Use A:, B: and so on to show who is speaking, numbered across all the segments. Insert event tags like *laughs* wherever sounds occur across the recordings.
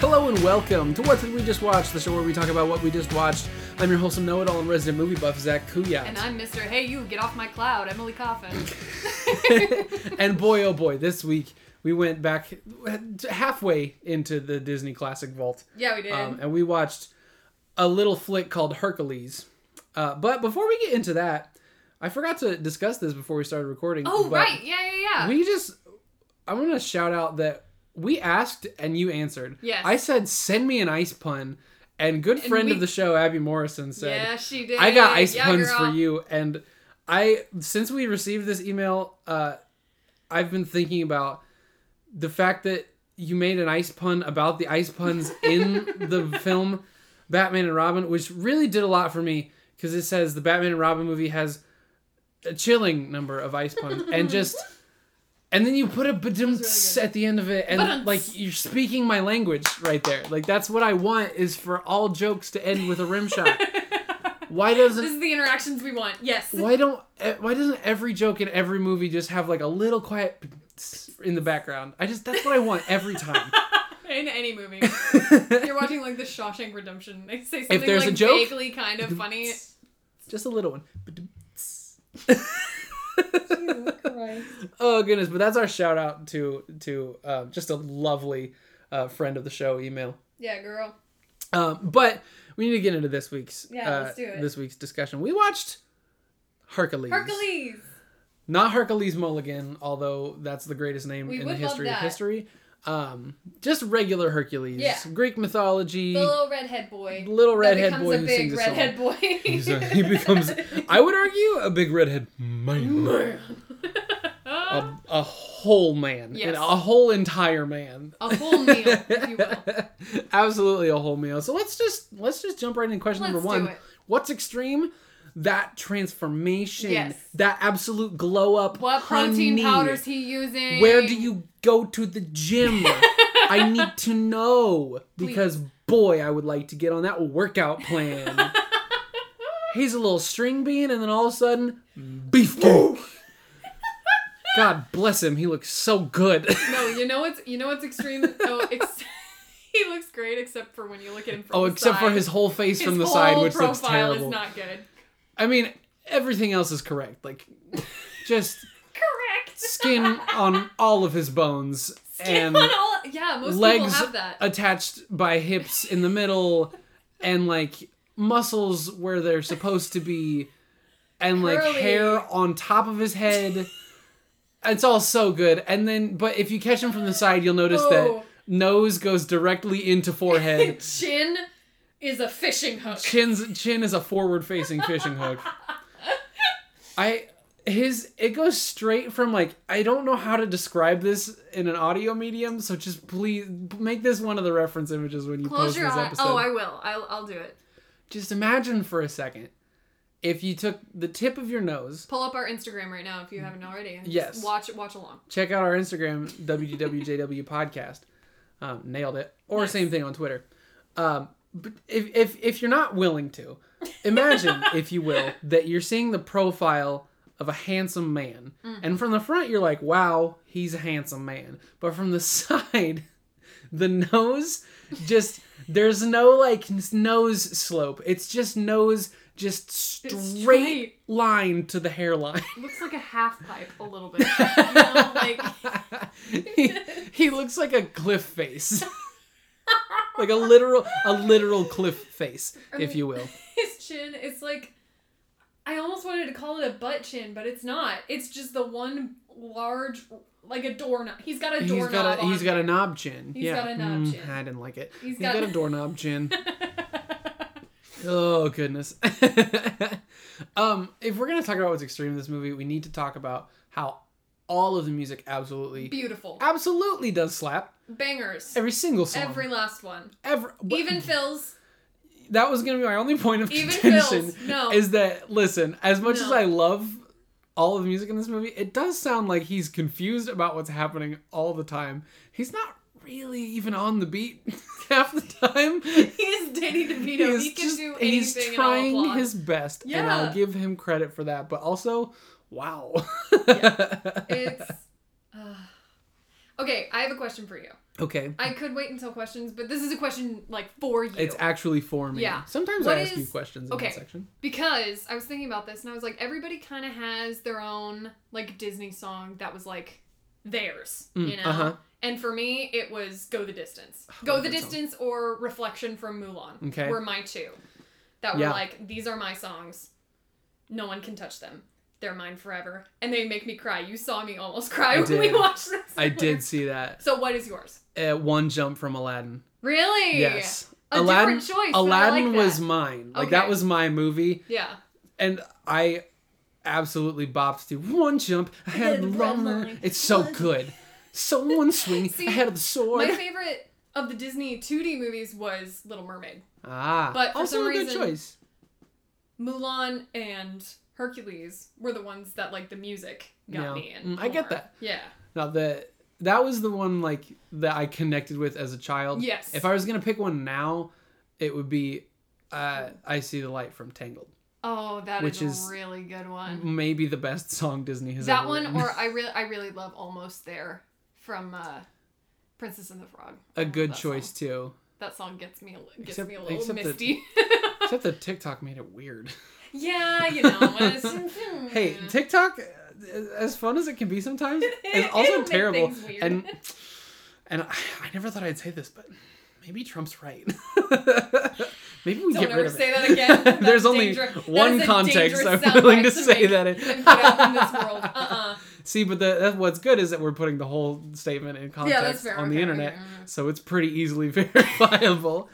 A: Hello and welcome to What Did We Just Watch, the show where we talk about what we just watched. I'm your wholesome know-it-all and resident movie buff, Zach Kuyat.
B: And I'm Mr. Hey, you get off my cloud,
A: *laughs*
B: Emily Coffin.
A: and boy, oh boy, this week we went back halfway into the Disney Classic Vault.
B: yeah, we did.
A: Um, and we watched a little flick called Hercules. Uh, but before we get into that, I forgot to discuss this before we started recording.
B: oh,
A: but
B: right. Yeah, yeah, yeah.
A: We just, I want to shout out that we asked and you answered.
B: Yes.
A: I said, send me an ice pun. And good friend of
B: we-
A: the show, Abby Morrison, said,
B: yeah, she did.
A: I got ice
B: yeah,
A: puns
B: girl.
A: for you. And I, since we received this email, uh, I've been thinking about the fact that you made an ice pun about the ice puns in
B: *laughs*
A: the film Batman and Robin, which really did a lot for me because it says the Batman and Robin movie has a chilling number of ice puns
B: *laughs*
A: and just. And then you put a badumts
B: good.
A: at the end of it, and
B: Badumts.
A: like you're speaking my language right there. Like that's what I want is for all jokes to end with a rim shot. Why doesn't
B: *laughs* This is the interactions we want. Yes.
A: why don't eh, why doesn't every joke in every movie just have like a little quiet in the background? I just that's what I want every
B: *laughs*
A: time.
B: *laughs*
A: *laughs*
B: In any movie. You're watching like the Shawshank Redemption. They say something
A: there's a
B: like
A: joke-
B: vaguely kind
A: *laughs*
B: of funny.
A: just a little one.
B: *laughs*
A: oh goodness, but that's our shout out to to uh, just a lovely uh, friend of the show email.
B: yeah, girl.
A: Um, but we need to get into this week's
B: Yeah,
A: uh,
B: let's do it.
A: this week's discussion. We watched Hercules.
B: Hercules.
A: Not Hercules Mulligan, although that's the greatest name
B: We
A: in the
B: would love
A: history of
B: that.
A: history. Um, just regular Hercules.
B: Yeah.
A: Greek mythology.
B: The little redhead boy.
A: little
B: that
A: redhead
B: becomes
A: boy
B: a
A: who
B: big
A: sings a song.
B: redhead boy.
A: He's a- he
B: *laughs*
A: becomes, I would argue, a big redhead man,
B: a,
A: a, a whole man,
B: Yes.
A: and a whole entire man.
B: whole meal, if you will.
A: *laughs* Absolutely a whole meal. So let's just let's just jump right in. Question
B: Let's
A: number
B: do
A: one:
B: it.
A: What's extreme? That transformation,
B: Yes.
A: that absolute glow up.
B: What protein
A: honey.
B: powders he using?
A: Where do
B: *laughs*
A: you go to the gym? I need to know because boy, I would like to get on that workout
B: *laughs*
A: plan. He's a little string bean, and then all of a sudden,
B: *laughs*
A: beefcake. God bless him. He looks so good.
B: No, you know what's you know what's extreme. Oh, ex- *laughs* he looks great except for when you look at him from
A: *laughs* oh,
B: the
A: except for
B: side.
A: his whole face
B: His
A: from the side,
B: whole
A: which looks
B: profile
A: terrible.
B: Is not good.
A: I mean, everything else is correct.
B: *laughs*
A: Like, just
B: Correct.
A: skin on all of his bones
B: *laughs* Skin
A: and
B: on all. Yeah, most people
A: legs
B: have that.
A: attached by hips in the middle and like muscles where they're supposed to be and like
B: Curly.
A: hair on top of his head it's all so good and then but if you catch him from the side you'll notice
B: Oh.
A: that nose goes directly into
B: *laughs*
A: forehead
B: Chin is a fishing hook.
A: chin's chin is a forward facing fishing hook i his it goes straight from like i don't know how to describe this in an audio medium so just please make this one of the reference images when you
B: Close
A: post
B: your
A: this
B: eye.
A: episode
B: Oh, I will. I'll, I'll do it.
A: just imagine for a second if you took the tip of your nose
B: Pull up our Instagram right now if you haven't already. And
A: Yes.
B: Just watch watch along.
A: check out our instagram wdwjw podcast um, nailed it or
B: Nice.
A: same thing on twitter um, but if, if, if you're not willing to
B: *laughs*
A: imagine if you will that you're seeing the profile of a handsome man
B: Mm.
A: and from the front you're like wow he's a handsome man but from the *laughs* side the nose just there's no like n- nose slope it's just nose just straight,
B: It's straight.
A: line to the hairline
B: Looks like a half pipe a
A: *laughs*
B: little bit. you know, like
A: he, he looks like a cliff face like a literal a literal cliff face if you
B: *laughs*
A: will
B: his chin is like I almost wanted to call it a butt chin, but it's not. It's just the one large like a doorknob. He's got a
A: he's
B: doorknob.
A: got a
B: on
A: he's got a
B: there.
A: knob chin
B: He's
A: yeah
B: got a knob
A: Mm,
B: chin.
A: i didn't like it
B: He's
A: he's
B: got-
A: got
B: *laughs*
A: a doorknob chin Oh goodness. *laughs* um, if we're gonna talk about what's extreme in this movie, we need to talk about how all of the music absolutely,
B: Beautiful.
A: absolutely does slap
B: Bangers.
A: every single song.
B: Every last one.
A: Every- but *laughs*
B: Even Phil's.
A: that was gonna be my only point of
B: Even
A: contention.
B: Phil's. No.
A: *laughs* Is that listen? As much as
B: Oh. No.
A: I love all of the music in this movie, it does sound like he's confused about what's happening all the time. He's not really even on the beat *laughs* half the time.
B: He's Danny DeVito. he can
A: just-
B: do anything
A: he's trying
B: and all applause. *laughs*
A: his best and
B: Yeah.
A: i'll give him credit for *laughs* that but also wow
B: It's. Uh, Okay, I have a question for you.
A: Okay.
B: I could wait until questions, but this is a question like for you.
A: It's actually for me.
B: Yeah.
A: Sometimes
B: What
A: I ask you
B: is-
A: questions in
B: okay.
A: that section.
B: because I was thinking about this and I was like, everybody kind of has their own like Disney song that was like theirs,
A: Mm,
B: you know.
A: uh-huh. Oh,
B: And for me, it was "Go the Distance," "Go
A: love
B: the
A: that song.
B: Distance" or "Reflection" from Mulan
A: Okay.
B: were my two that were
A: Yeah.
B: like, these are my songs. No one can touch them. They're mine forever, and they make me cry. You saw me almost *laughs* cry
A: I
B: when we
A: did.
B: watched this.
A: I
B: *laughs*
A: did see that.
B: So what is yours?
A: Uh, one jump from Aladdin.
B: Really?
A: Yes.
B: A
A: Aladdin.
B: different choice. but I
A: Aladdin
B: like
A: was
B: that.
A: mine. Like that
B: Okay.
A: was my movie,
B: Yeah.
A: and I absolutely bopped to one jump. I had the wrong line. It's so good.
B: *laughs*
A: So one swing.
B: See,
A: I had the sword.
B: My favorite of the Disney 2D movies was Little Mermaid.
A: ah,
B: but for
A: also
B: some
A: a good
B: reason-
A: choice.
B: Mulan and Hercules were the ones that like the music got
A: Yeah.
B: me in.
A: Mm, I get
B: more.
A: that.
B: Yeah.
A: Now the that was the one like that I connected with as a child.
B: Yes.
A: If I was gonna pick one now, it would be uh, "I See the Light" from Tangled.
B: Oh, that is
A: Which is-
B: a really good one.
A: Maybe the best song Disney has
B: That
A: ever *laughs*
B: one
A: written.
B: or I really I really love Almost There from uh Princess and the Frog. I
A: a
B: love
A: good
B: that
A: choice
B: song.
A: too.
B: That song gets me a li- gets
A: Except-
B: me a little
A: except that- *laughs*
B: misty. *laughs*
A: Except that TikTok made it weird.
B: yeah, you know. it's-
A: *laughs*
B: *laughs*
A: Hey, TikTok, uh, as fun as it can be
B: *laughs*
A: sometimes, is
B: It'll
A: also
B: make
A: terrible.
B: things weird.
A: And and I, I never thought I'd say this, but maybe Trump's right. *laughs* maybe we
B: Don't
A: get
B: ever
A: rid of
B: say
A: it. *laughs*
B: that again. That's
A: There's only
B: danger- that
A: one
B: is a
A: context I'm *laughs*
B: dangerous
A: willing
B: soundbite
A: to say
B: make
A: that
B: and put out
A: *laughs*
B: in this
A: in.
B: world. Uh-uh.
A: See, but the, that, what's good is that we're putting the whole statement in
B: that's
A: context
B: fair.
A: on the
B: Okay,
A: internet,
B: okay, mm.
A: so it's pretty easily *laughs* verifiable.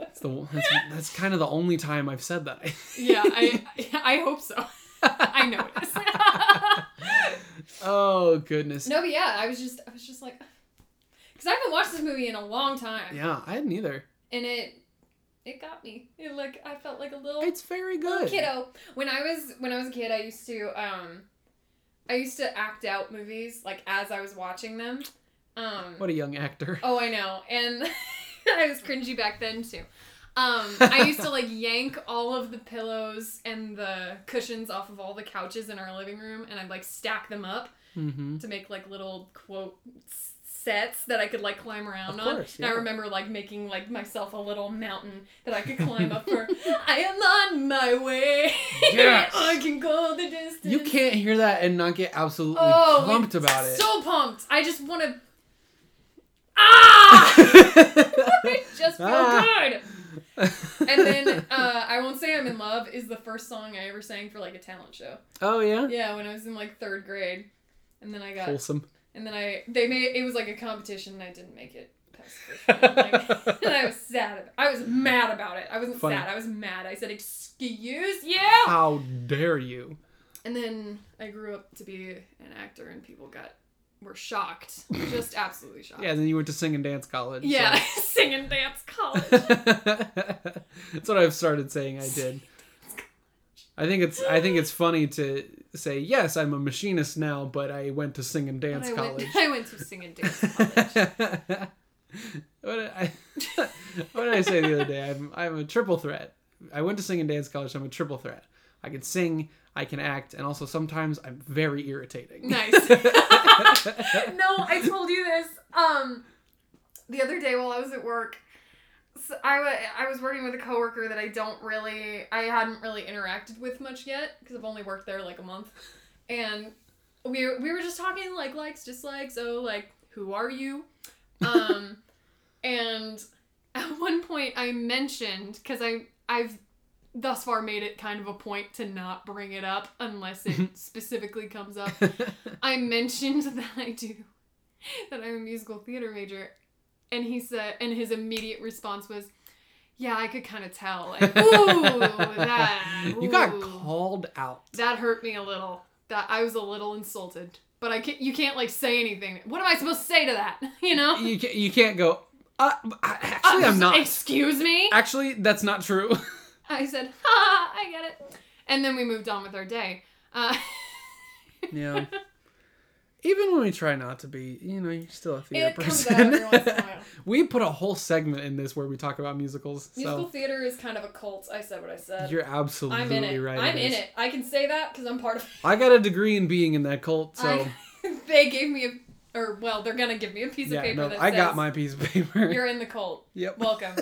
A: It's the, that's, that's kind of the only time I've said that. *laughs*
B: Yeah, I *laughs* I hope so. *laughs* I know
A: *laughs*
B: it is.
A: oh goodness.
B: no, but yeah, I was just I was just like, *sighs* because I haven't watched this movie in a long time,
A: Yeah, I hadn't either.
B: and it it got me. It like I felt like a little
A: It's very
B: little
A: good.
B: kiddo. When I was when I was a kid, I used to um, I used to act out movies like as I was watching them. Um,
A: What a young actor.
B: Oh, I know. And *laughs* I was cringy back then too. Um, I used
A: *laughs*
B: to like yank all of the pillows and the cushions off of all the couches in our living room, and I'd like stack them up
A: Mm-hmm.
B: to make like little quote s- sets that I could like climb around
A: Of
B: on.
A: course,
B: And
A: yeah.
B: I remember like making like myself a little mountain that
A: *laughs*
B: I could climb up for. I am on my way.
A: Yes.
B: *laughs* I can go the distance.
A: You can't hear that and not get absolutely
B: Oh,
A: pumped about *laughs* it.
B: So pumped! I just want to. Ah! I *laughs* just feel
A: Ah.
B: good.
A: *laughs*
B: And then uh, I won't say I'm in love is the first song I ever sang for like a talent show.
A: oh yeah,
B: Yeah, when I was in like third grade, and then I got
A: wholesome.
B: and then I they made it was like a competition and I didn't make it. past
A: *laughs*
B: the first round, like- and I was sad. ab- I was mad about it. I wasn't
A: Funny. Ah.
B: sad. I was mad. I said, "Excuse you!"
A: How dare you?
B: And then I grew up to be an actor, and people got were shocked, just absolutely shocked.
A: Yeah, then you went to sing and dance college. so-
B: yeah, *laughs* sing and dance college.
A: *laughs* That's what I've started saying. I did. I think it's I think it's funny to say yes. I'm a machinist now, but I went to sing and
B: But
A: dance
B: I
A: college.
B: went. *laughs* I went to sing and dance college.
A: what, did I, *laughs* what did I say the other day? I'm, I'm a triple threat. I went to sing and dance college. I'm a triple threat. I can sing, I can act, and also sometimes I'm very irritating. *laughs*
B: Nice. no, I told you this. Um, the other day while I was at work, so I wa- I was working with a coworker that I don't really, I hadn't really interacted with much yet because I've only worked there like a month, and we we were just talking like likes, dislikes. Oh, like who are you? Um, and at one point I mentioned because I I've thus far made it kind of a point to not bring it up unless it specifically comes up I mentioned *laughs* that I do, that I'm a musical theater major, and he said, and his immediate response was, "Yeah, I could kind of tell."
A: *laughs*
B: Like, ooh, that
A: you got
B: ooh."
A: called out.
B: That hurt me a little. That I was a little insulted, but I can't. You can't like say anything. What am I supposed to say to that? *laughs* You know?
A: You can't, you can't go. Uh, I- actually,
B: Uh,
A: I'm not.
B: Excuse me.
A: Actually, that's not true.
B: I said, "Ha, I get it." And then we moved on with our day. Uh, *laughs*
A: yeah. *laughs* Even when we try not to be, you know, you're still a theater
B: it comes
A: person.
B: out every once in
A: *laughs*
B: a while.
A: we put a whole segment in this where we talk about musicals.
B: Musical
A: So
B: theater is kind of a cult. I said what I said.
A: you're absolutely
B: I'm in it.
A: right.
B: I'm in
A: is.
B: it. I can say that because I'm part of.
A: I got a degree in being in that cult, so
B: I, *laughs* they gave me a or well, they're gonna give me a piece
A: yeah,
B: of paper
A: no,
B: that
A: I
B: says
A: got my piece of paper.
B: *laughs* you're in the cult.
A: *laughs* Yep.
B: Welcome.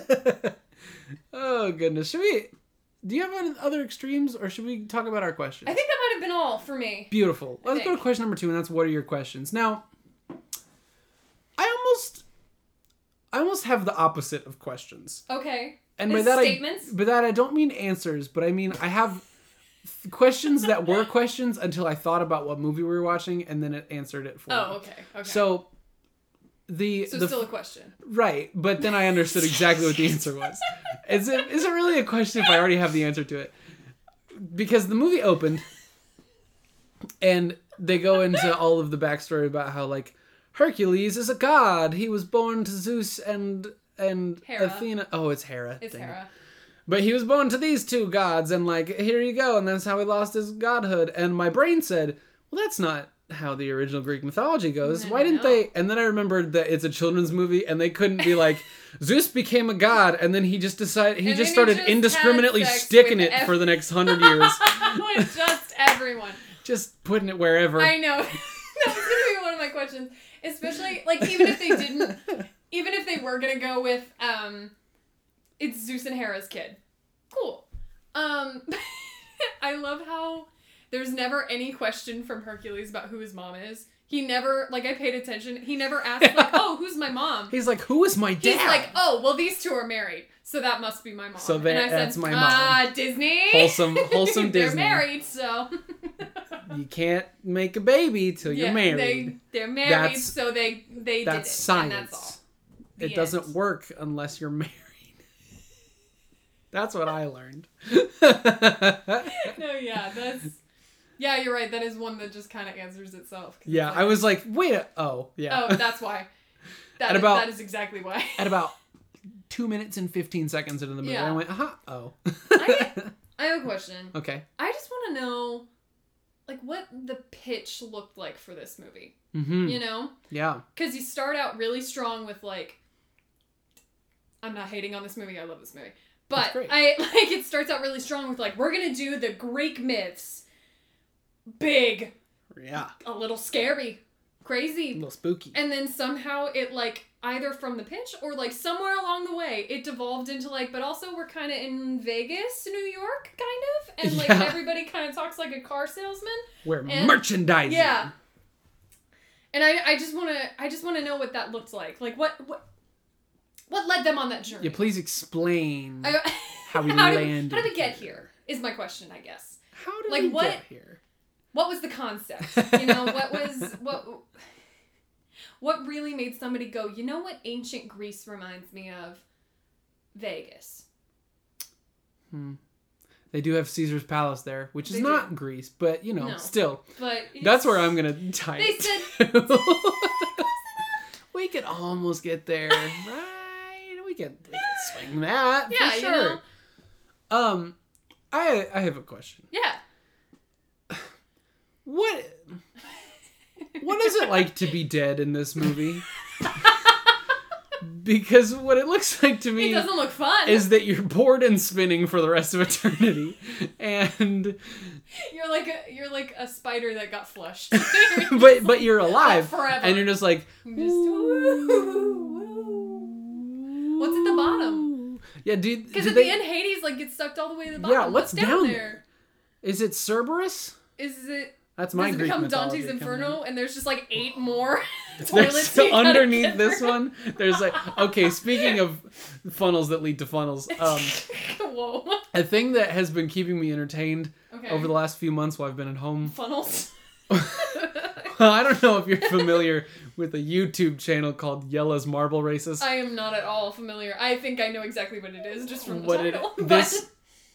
A: *laughs* oh goodness, should we? Do you have any other extremes, or should we talk about our questions?
B: I think that might have been all for me.
A: Beautiful.
B: I
A: Let's go
B: think.
A: to question number two, and that's what are your questions? Now, I almost, I almost have the opposite of questions,
B: Okay.
A: and
B: Is
A: by that
B: statements?
A: *laughs* I, by that I don't mean answers, but I mean I have th- questions that
B: *laughs*
A: were questions until I thought about what movie we were watching, and then it answered it for
B: Oh,
A: me.
B: okay. Okay.
A: So, the
B: So
A: the
B: still a question.
A: Right, but then I understood exactly what the
B: *laughs*
A: answer was. Is it is it really a question if I already have the answer to it? Because the movie opened, and they go
B: *laughs*
A: into all of the backstory about how like Hercules is a god. He was born to Zeus and and
B: Hera.
A: Athena. Oh, it's Hera.
B: It's
A: Dang it.
B: Hera. *laughs*
A: But he was born to these two gods, and like here you go, and that's how he lost his godhood. And my brain said, well, that's not how the original Greek mythology goes.
B: No,
A: Why didn't
B: no.
A: they? And then I remembered that it's a children's movie, and they couldn't be
B: *laughs*
A: like Zeus became a god, and then he just decided he
B: And
A: just
B: then he
A: started
B: just
A: indiscriminately
B: had sex
A: sticking
B: with
A: it
B: ev-
A: for the next hundred years,
B: *laughs* With Oh, just everyone.
A: just putting it wherever.
B: I know. *laughs* that was gonna be one of my questions. Especially like even if they didn't
A: *laughs*
B: even if they were gonna go with um it's Zeus and Hera's kid. Cool. Um *laughs* I love how there's never any question from Hercules about who his mom is. He never like I paid attention. He never asked like, "Oh, who's my mom?"
A: He's like, who is my dad?
B: He's like, "Oh, well these two are married, so that must be my mom."
A: So
B: and
A: that-
B: I said,
A: that's my mom.
B: Ah, Disney. *laughs*
A: Wholesome- wholesome Disney.
B: They're married, so
A: you can't make a baby till you're
B: Yeah,
A: married.
B: They, they're married,
A: That's-
B: so they they did it,
A: that's science.
B: And that's all. The
A: it doesn't
B: end.
A: work unless you're *laughs* married. That's what I learned. *laughs*
B: No, yeah, that's yeah. You're right. That is one that just kind of answers itself. 'cause it's
A: yeah,
B: like,
A: I was like, wait, a- oh, yeah.
B: Oh, that's why. That
A: At
B: is-
A: about-
B: that is exactly why.
A: *laughs* At about two minutes and 15 seconds into the movie,
B: Yeah.
A: I went, uh-huh, oh.
B: I- *laughs* I have a question.
A: *laughs* okay.
B: I just want to know, like, what the pitch looked like for this movie.
A: hmm
B: You know,
A: Yeah.
B: because you start out really strong with like i'm not hating on this movie i love this movie but
A: That's great.
B: i *laughs* like it starts out really strong with like we're gonna do the greek myths big
A: Yeah.
B: a little scary
A: A
B: crazy
A: little spooky.
B: and then somehow it like either from the pitch or like somewhere along the way it devolved into like but also we're kind of in vegas new york kind of and like
A: Yeah.
B: everybody kind of talks like a car salesman
A: We're
B: and-
A: merchandising.
B: yeah. And I, I just want to I just want to know what that looked like. Like what what what led them on that journey?
A: Yeah, please explain
B: I- *laughs*
A: how we
B: how
A: landed.
B: Did, how did we get here? Is my question, I guess.
A: How did
B: Like,
A: we
B: what-
A: get here?
B: What was the
A: *laughs*
B: concept? You know, what was what what really made somebody go, "You know what ancient Greece reminds me of? Vegas."
A: Hmm. They do have Caesar's Palace there, which is
B: They do.
A: not Greece, but, you know,
B: No.
A: still.
B: But
A: That's where I'm gonna tie
B: They
A: it *laughs* to. we could almost get there, right? We can, we can swing that
B: Yeah,
A: for
B: you
A: sure.
B: know.
A: Um, I I have a question.
B: Yeah.
A: What what is it like to be dead in this *laughs* movie? because what it looks like to
B: It
A: me
B: doesn't look fun.
A: is that you're bored and spinning for the rest of eternity, *laughs* and
B: *laughs* you're like a you're like a spider that
A: *laughs*
B: got flushed. *laughs*
A: but but you're alive
B: Forever.
A: and you're just like
B: I'm *laughs* just- What's at the bottom?
A: Yeah, dude.
B: Because
A: do
B: at
A: they-
B: the end, Hades like gets sucked all the way to the bottom.
A: Yeah, what's down there?
B: there?
A: is it Cerberus?
B: Is it?
A: That's my
B: does it
A: Greek
B: become
A: mythology
B: Dante's
A: coming
B: Inferno? And there's just like eight more *laughs*
A: in. There's
B: toilets.
A: still
B: *laughs* you gotta
A: underneath
B: get
A: this
B: through.
A: one. There's like okay. Speaking of funnels that lead to
B: *laughs*
A: funnels, um,
B: Whoa.
A: a thing that has been keeping me entertained
B: Okay.
A: over the last few months while I've been at home. *laughs*
B: funnels. *laughs*
A: I don't know if you're familiar with a YouTube channel called Yella's Marble Races.
B: I am not at all familiar. I think I know exactly what it is
A: *laughs*
B: just from the
A: what
B: title.
A: it
B: *laughs* but
A: this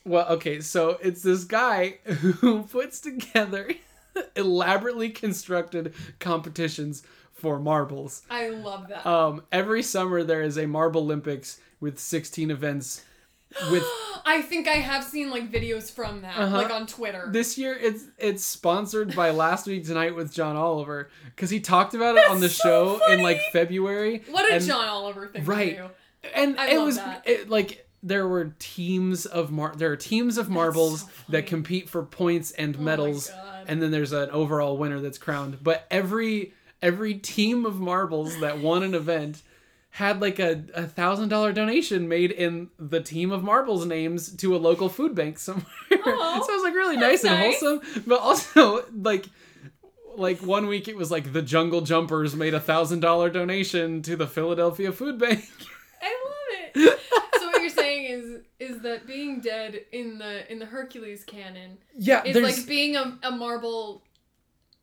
A: well okay so it's this guy *laughs* who puts together *laughs* elaborately constructed competitions for marbles
B: I love that.
A: um every summer there is a marble olympics with 16 events
B: *gasps*
A: with
B: I think I have seen like videos from that,
A: Uh-huh.
B: like on Twitter.
A: this year it's it's sponsored
B: *laughs*
A: by last week tonight with john oliver because he talked about it on the
B: That's so
A: show in
B: funny.
A: like february
B: what did
A: and-
B: John Oliver think?
A: Right.
B: Do? Oh
A: and
B: I
A: it
B: love
A: was
B: that.
A: it, like there were teams of mar there are teams of marbles
B: so funny. Oh
A: that compete for points and
B: my
A: medals
B: God.
A: and then there's an overall winner that's crowned but every every team of marbles that won an event had like a a thousand dollar donation made in the team of marbles names to a local food bank somewhere. *laughs*
B: Aw,
A: so it was like really nice
B: that's
A: and
B: nice.
A: wholesome, but also like like one week it was like the Jungle Jumpers made a thousand dollar donation to the Philadelphia Food Bank. *laughs*
B: I love it. so what you're saying is is that being dead in the in the Hercules canon
A: Yeah,
B: is
A: there's
B: like being a, a marble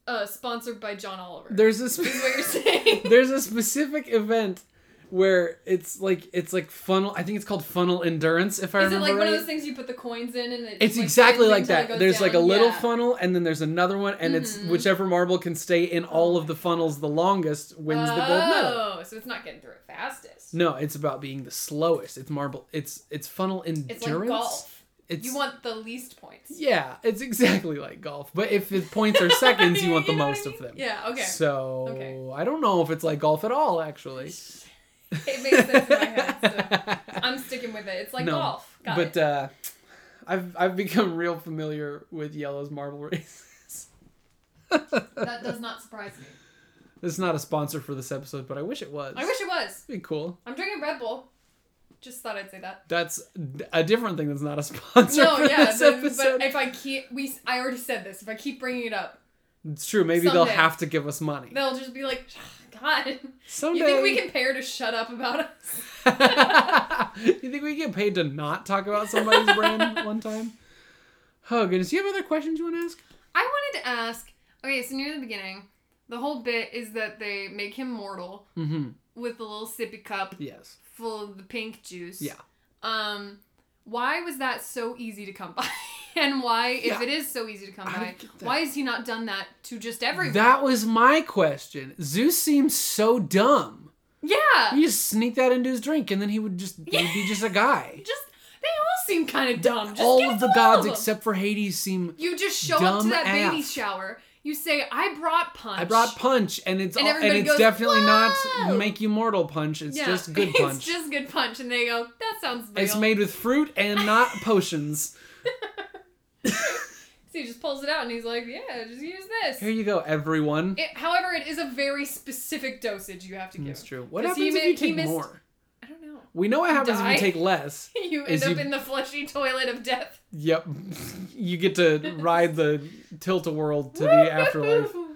B: uh, sponsored by John Oliver.
A: there's this.
B: is what you're *laughs*
A: *laughs*
B: saying.
A: there's a specific event where it's like it's like funnel i think it's called funnel endurance if i
B: Is it
A: remember
B: like one
A: right.
B: of those things you put the coins in and it
A: it's
B: like,
A: exactly
B: spins
A: like
B: until it
A: that
B: goes
A: there's like a
B: down?
A: little
B: Yeah.
A: funnel and then there's another one and it's
B: Mhm.
A: whichever marble can stay in all of the funnels the longest wins the gold medal
B: Oh, so it's not getting through it fastest.
A: no it's about being the slowest it's marble it's it's funnel endurance
B: It's like golf.
A: It's-
B: you want the least points.
A: yeah it's *laughs* exactly like golf but if the points
B: *laughs*
A: are seconds you want the
B: know what I
A: most of
B: mean?
A: them
B: Yeah, okay.
A: so
B: Okay.
A: i don't know if it's like golf at all actually
B: *laughs* It makes sense in my head.
A: *laughs*
B: So I'm sticking with it. It's like
A: No,
B: golf. Got
A: but
B: it.
A: uh, I've I've become real familiar with Yellow's marble races. *laughs* uh,
B: that does not surprise me.
A: It's not a sponsor for this episode, but I wish it was.
B: I wish it was.
A: it'd be cool.
B: I'm drinking Red Bull. Just thought I'd say that.
A: That's d- a different thing. That's not a *laughs* sponsor
B: No,
A: for
B: yeah,
A: this
B: but,
A: episode.
B: but if I keep we, I already said this. If I keep bringing it up,
A: it's true. Maybe they'll
B: someday.
A: have to give us money
B: they'll just be like, "God,
A: someday.
B: you think we can pay her to shut up about us?"
A: *laughs* you think we get paid to not talk about somebody's
B: *laughs*
A: brand one time? Oh goodness! Do you have other questions you want to ask?
B: I wanted to ask. Okay, so near the beginning, the whole bit is that they make him mortal
A: Mm-hmm.
B: with a little sippy cup
A: Yes.
B: full of the pink juice.
A: Yeah.
B: Um, why was that so easy to come by? *laughs* and why, if
A: Yeah.
B: it is so easy to come
A: I don't
B: by,
A: get that.
B: why has he not done that to just everyone?
A: That was my question. Zeus seems so dumb.
B: yeah.
A: He just sneak that into his drink, and then he would just he'd be
B: *laughs*
A: just a guy.
B: Just they all seem kind of dumb. Just
A: all
B: give
A: of
B: it
A: the
B: to
A: gods
B: them.
A: except for Hades seem.
B: you just show up to
A: dumb
B: that baby
A: ass.
B: shower. You say, "I brought punch."
A: I brought punch, and it's
B: And
A: all, and
B: everybody
A: it's
B: goes,
A: definitely
B: "Whoa!"
A: not make you mortal punch. It's
B: Yeah. *laughs*
A: just good punch.
B: it's just good punch, and they go, "That sounds real."
A: It's made with fruit and
B: *laughs*
A: not potions.
B: so he just pulls it out, and he's like, "Yeah, just use this."
A: Here you go, everyone.
B: It- however, it is a very specific dosage you have to give.
A: That's true. What
B: Does
A: happens
B: he
A: if
B: mi-
A: you
B: he
A: take
B: missed-
A: more?
B: I don't know. *laughs*
A: We know what happens if
B: Die?
A: you take less.
B: You end
A: Is
B: up
A: he-
B: in the fleshy toilet of death.
A: Yep, you get
B: *laughs*
A: to ride the tilt a world *laughs* to the afterlife.
B: Woo-hoo-hoo.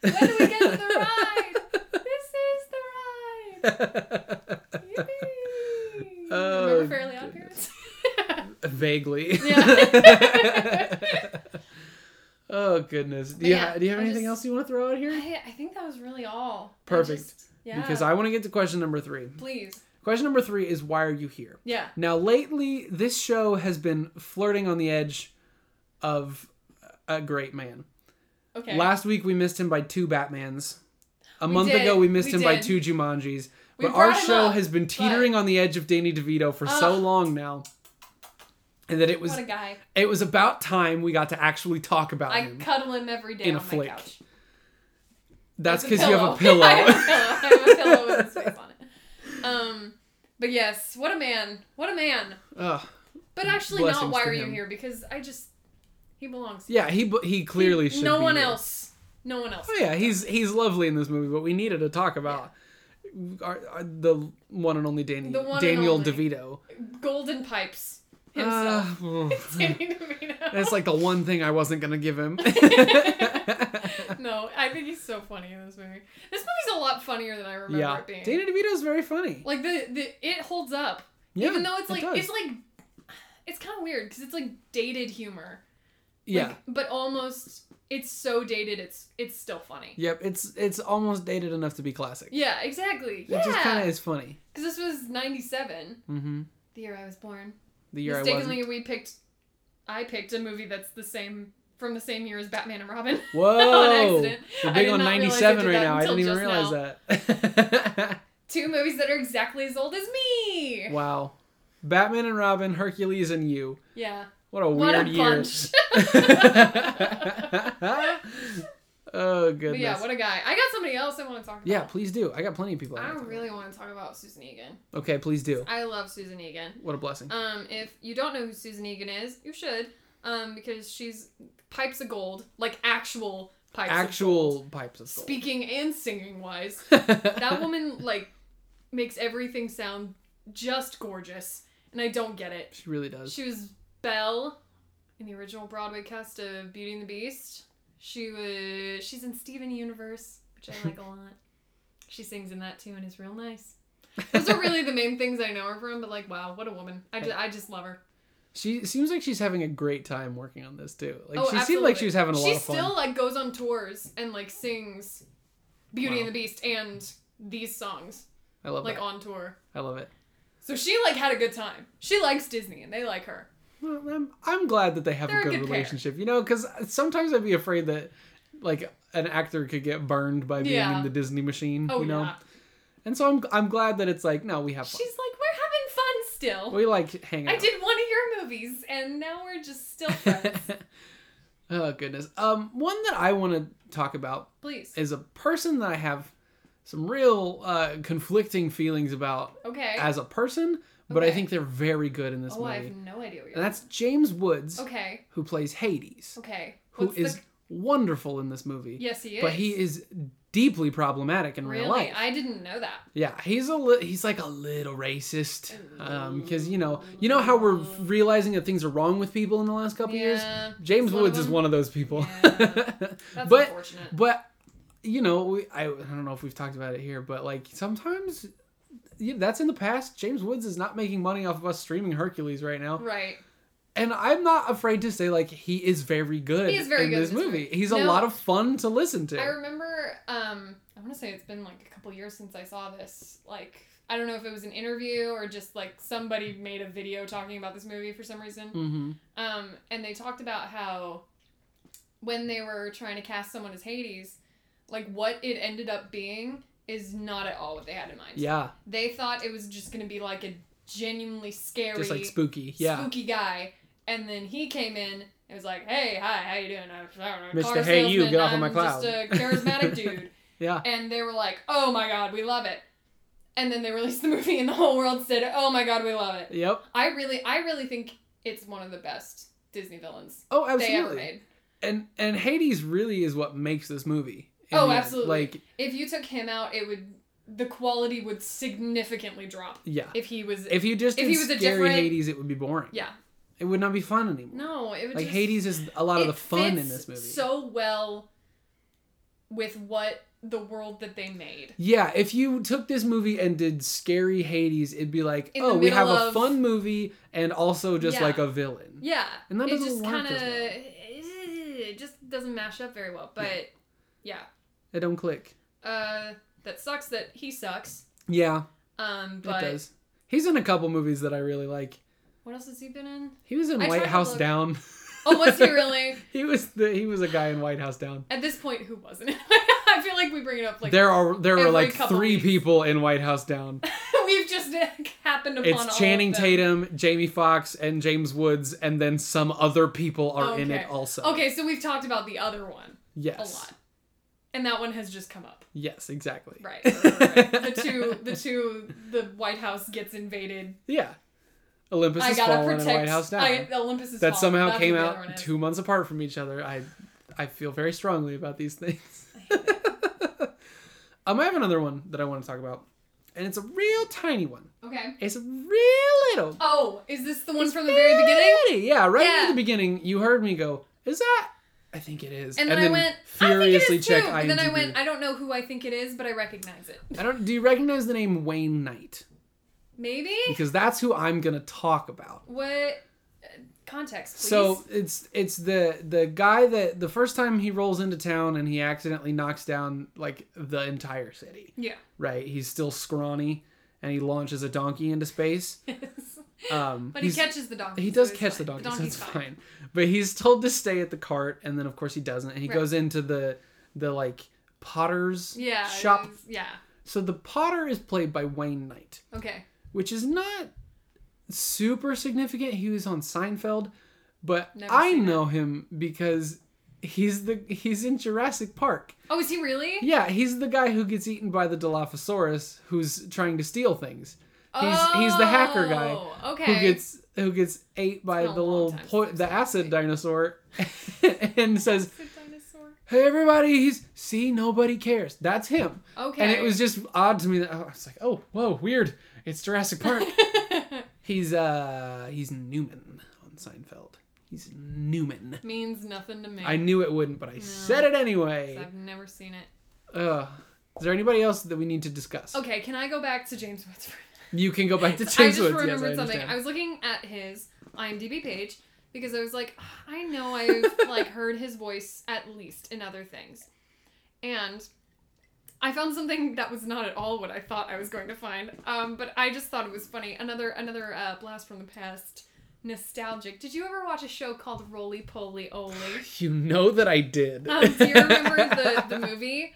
B: When do we get
A: *laughs*
B: to the ride? this is the ride. Yippee.
A: Oh,
B: Remember Fairly Odd
A: goodness.
B: Parents?
A: *laughs*
B: *laughs*
A: Vaguely.
B: Yeah.
A: *laughs* oh goodness. Do
B: But
A: you,
B: yeah,
A: ha- do you have
B: I
A: anything
B: just-
A: else you want to throw out here?
B: I, I think that was really all. I
A: Perfect.
B: just- yeah.
A: Because I want to get to question number three.
B: Please.
A: Question number three is why are you here?
B: Yeah.
A: Now lately, this show has been flirting on the edge of a great man.
B: Okay.
A: Last week we missed him by two Batmans. A
B: We
A: month
B: did.
A: ago we missed
B: We
A: him by
B: did.
A: two Jumanjis.
B: We
A: but our
B: brought him
A: show
B: up,
A: has been teetering on the edge of Danny DeVito for so
B: Ugh.
A: long now. And that it was
B: what a guy.
A: it was about time we got to actually talk about
B: I
A: him.
B: cuddle him every day
A: In a
B: on
A: flick.
B: my couch.
A: That's
B: With
A: because you have a
B: *laughs* I have
A: pillow.
B: a pillow. I have a pillow with his face on it. Um, but yes, what a man. What a man.
A: *laughs* Ugh.
B: But actually,
A: Mm, Blessings
B: not why
A: to
B: are you
A: him.
B: here? Because I just he belongs.
A: Yeah, he bu- he clearly
B: He-
A: should.
B: No
A: be
B: one
A: here.
B: else. No one else.
A: Oh yeah, he's he's lovely in this movie, but we needed to talk about our, our- the one and only Danny,
B: The one and
A: Daniel
B: only.
A: DeVito.
B: Golden pipes
A: *laughs*
B: himself. *laughs*
A: Uh,
B: Danny DeVito.
A: that's like *laughs* the one thing I wasn't gonna give him.
B: *laughs*
A: *laughs*
B: no, I think he's so funny in this movie. This movie's a lot funnier than I remember
A: yeah,
B: it being.
A: Danny DeVito's very funny.
B: like the, the it holds up.
A: Yeah,
B: Even though it's
A: it
B: like
A: does.
B: it's like it's kind of weird because it's like dated humor.
A: yeah,
B: Like, but almost it's so dated it's it's still funny.
A: yep, it's it's almost dated enough to be classic.
B: Yeah, exactly.
A: It just kind of
B: Yeah.
A: is funny.
B: Cuz this was 97,
A: Mm-hmm.
B: the year I was born.
A: The year I wasn't.
B: Mistakenly, *laughs* we picked. I picked a movie that's the same from the same year as Batman and Robin. *laughs*
A: Whoa,
B: accident.
A: we're
B: I
A: Oh, big
B: did
A: on
B: not realize I
A: '97
B: did
A: right
B: that
A: now. I
B: until
A: didn't even
B: just
A: realize
B: now.
A: that. *laughs*
B: Two movies that are exactly as old as me.
A: wow, Batman and Robin, Hercules and you.
B: Yeah,
A: What a
B: what
A: weird
B: a
A: year.
B: bunch.
A: *laughs*
B: *laughs*
A: oh
B: but
A: goodness.
B: yeah, what a guy. I got somebody else I want to talk about.
A: Yeah, please do. I got plenty of people. I
B: I
A: wanna talk
B: really want to talk about Susan Egan.
A: about. Okay, please do.
B: I love Susan Egan.
A: What a blessing.
B: Um, if you don't know who Susan Egan is, you should. Um, because she's pipes of gold, like actual pipes. of gold.
A: actual pipes of *laughs* gold.
B: speaking and singing wise.
A: that *laughs*
B: That woman like makes everything sound just gorgeous, and I don't get it.
A: She really does.
B: She was Belle in the original Broadway cast of Beauty and the Beast. She was she's in Steven Universe,
A: *laughs*
B: which I like a lot. She sings in that too and is real nice. Those are really the main things I know her from, but like wow, what a woman. I just, I just love her.
A: *laughs* She seems like she's having a great time working on this too. Like
B: Oh,
A: she seemed like she
B: absolutely.
A: was having a
B: she
A: lot of fun.
B: still like goes on tours and like sings Beauty
A: Wow.
B: and the Beast and these songs
A: I love
B: like
A: that.
B: on tour.
A: I love it.
B: So she like had a good time. She likes Disney and they like her.
A: Well, I'm, I'm glad that they have
B: They're
A: a
B: a
A: good,
B: good pair.
A: relationship. You know, because sometimes I'd be afraid that like an actor could get burned by being
B: Yeah.
A: in the Disney machine.
B: Oh
A: you know,
B: yeah.
A: and so I'm I'm glad that it's like no, we have
B: She's
A: fun.
B: like we're having fun still.
A: We like hang out.
B: I did one of your movies, and now we're just
A: *laughs*
B: still friends.
A: oh goodness. Um, one that I want to talk about
B: Please.
A: is a person that I have some real uh, conflicting feelings about
B: Okay.
A: as a person, but I
B: Okay.
A: think they're very good in this
B: oh, I
A: movie.
B: have no idea what
A: And
B: you're.
A: that's James Woods,
B: Okay.
A: who plays Hades,
B: Okay.
A: who
B: What's the-
A: is wonderful in this movie.
B: Yes, he is.
A: but he is deeply problematic in
B: really.
A: real life.
B: I didn't know that.
A: yeah, he's a li- he's like a little racist, because you know you know how we're realizing that things are wrong with people in the last couple years.
B: Yeah,
A: James
B: he's one of
A: Woods is
B: them.
A: one of those people. *laughs*
B: Yeah. That's
A: but
B: unfortunate.
A: but you know we, I I don't know if we've talked about it here, but like sometimes. Yeah, that's in the past. James Woods is not making money off of us streaming Hercules right now,
B: Right.
A: and I'm not afraid to say like he is very good.
B: He is very
A: in
B: good in
A: this
B: this
A: movie.
B: movie.
A: He's a
B: No.
A: lot of fun to listen to.
B: I remember. Um, I want to say it's been like a couple years since I saw this. Like, I don't know if it was an interview or just like somebody made a video talking about this movie for some reason.
A: mm-hmm.
B: Um, and they talked about how when they were trying to cast someone as Hades, like what it ended up being is not at all what they had in mind.
A: Yeah,
B: They thought it was just gonna be like a genuinely scary,
A: just like spooky. Yeah.
B: spooky guy, and then he came in and was like, "Hey, hi, how you doing? I'm, I'm a
A: Mr.
B: car
A: Hey, you,
B: salesman.
A: get off of my
B: I'm Just a
A: *laughs*
B: charismatic dude."
A: Yeah.
B: And they were like, "Oh my god, we love it." And then they released the *laughs* movie, and the whole world said, "Oh my god, we love it."
A: Yep.
B: I really, I really think it's one of the best Disney villains
A: Oh, absolutely.
B: they ever made.
A: And and Hades really is what makes this movie. in
B: Oh,
A: the end.
B: absolutely.
A: Like,
B: If you took him out, it would the quality would significantly drop.
A: yeah.
B: If he was,
A: If you just
B: if
A: did
B: he was a
A: scary
B: different-
A: Hades, it would be boring.
B: yeah,
A: It would not be fun anymore.
B: no, it would
A: like
B: just,
A: Hades is a lot of the
B: it
A: fun in
B: fits
A: this movie.
B: So well with what the world that they made.
A: yeah, if you took this movie and did scary Hades, it'd be like,
B: In the
A: oh, we have
B: middle
A: a
B: of-
A: fun movie and also just
B: Yeah.
A: like a villain.
B: Yeah,
A: And that
B: it
A: doesn't
B: just
A: work
B: kind of
A: as well.
B: it just doesn't mash up very well. But yeah,
A: They don't click.
B: uh, that sucks that he sucks.
A: Yeah,
B: Um, but
A: it does. He's in a couple movies that I really like.
B: what else has he been in?
A: He was in
B: I tried
A: White
B: to
A: House
B: look.
A: Down. *laughs*
B: Oh, was he really?
A: He was the he was a guy in White House Down.
B: At this point, who wasn't? I feel like we bring it *laughs* up like
A: there are there were
B: every
A: like
B: couple
A: three
B: weeks.
A: people in White House Down.
B: *laughs* we've just *laughs* happened upon. all
A: It's
B: of
A: Channing
B: them.
A: Tatum, Jamie Foxx, and James Woods, and then some other people are in
B: Okay.
A: it also.
B: Okay, so we've talked about the other one a
A: Yes.
B: lot, and that one has just come up.
A: Yes, exactly. *laughs*
B: Right. right, right, right. the two, the two, the White House gets invaded.
A: Yeah. Olympus
B: I
A: is
B: gotta
A: fallen
B: protect.
A: and White House Down.
B: I, Olympus is
A: that
B: fallen.
A: somehow
B: That's
A: came
B: what the other one
A: out
B: is.
A: two months apart from each other. I I feel very strongly about these
B: *laughs*
A: things. um, I have another one that I want to talk about, and it's a real tiny one.
B: Okay.
A: It's real little.
B: Oh, is this the one from the very beginning?
A: Already, Yeah, right
B: Yeah.
A: at the beginning, you heard me go, "Is that?" I think it is.
B: And then, I went I think it is
A: checked
B: too. And then I
A: IMDb.
B: went. I don't know who I think it is, but I recognize it.
A: I don't. Do you recognize the name Wayne Knight? *laughs*
B: Maybe.
A: Because that's who I'm gonna talk about.
B: What uh, context? Please?
A: So it's it's the the guy that the first time he rolls into town and he accidentally knocks down like the entire city.
B: yeah. *laughs*
A: Right, he's still scrawny, and he launches a donkey into
B: *laughs*
A: space. Um,
B: But he
A: he's-
B: catches the donkey.
A: He
B: so
A: does
B: it's
A: catch
B: fine.
A: the donkey, so
B: donkey's
A: it's fine. But he's told to stay at the cart, and then of course he doesn't. And he
B: Right.
A: goes into the the like potter's
B: Yeah. it
A: shop.
B: is- Yeah.
A: So the potter is played by Wayne Knight,
B: Okay.
A: which is not super significant. He was on Seinfeld, but
B: Never
A: I
B: seen
A: know him because he's the he's in Jurassic
B: *laughs*
A: Park.
B: Oh, is he really?
A: Yeah, he's the guy who gets eaten by the Dilophosaurus, who's trying to steal things. He's- he's the hacker guy
B: Oh, Okay.
A: who
B: *laughs*
A: gets who gets ate by
B: been a
A: the
B: long
A: little
B: time
A: po-
B: since
A: the
B: I've seen
A: acid
B: it.
A: dinosaur *laughs* and says
B: It's a dinosaur.
A: hey everybody, he's see nobody cares. That's him.
B: Okay.
A: And it was just odd to me that I was like, oh, whoa, weird. It's Jurassic Park. he's uh he's Newman on Seinfeld. He's Newman.
B: *laughs* means nothing to me.
A: I knew it wouldn't, but I said it anyway.
B: 'cause I've never seen it.
A: Ugh. Is there anybody else that we need to discuss?
B: Okay, can I go back to James Woods?
A: You can go back to James
B: I just
A: Woods.
B: remembered
A: yes, I
B: something.
A: understand.
B: I was looking at his IMDb page because I was like, "Ah,
A: *laughs*
B: I know I've like heard his voice at least in other things, and I found something that was not at all what I thought I was going to find. Um, but I just thought it was funny. Another another uh, blast from the past, nostalgic. Did you ever watch a show called Roly Poly Oly?
A: You know that I did.
B: Um, do you remember the
A: *laughs*
B: the movie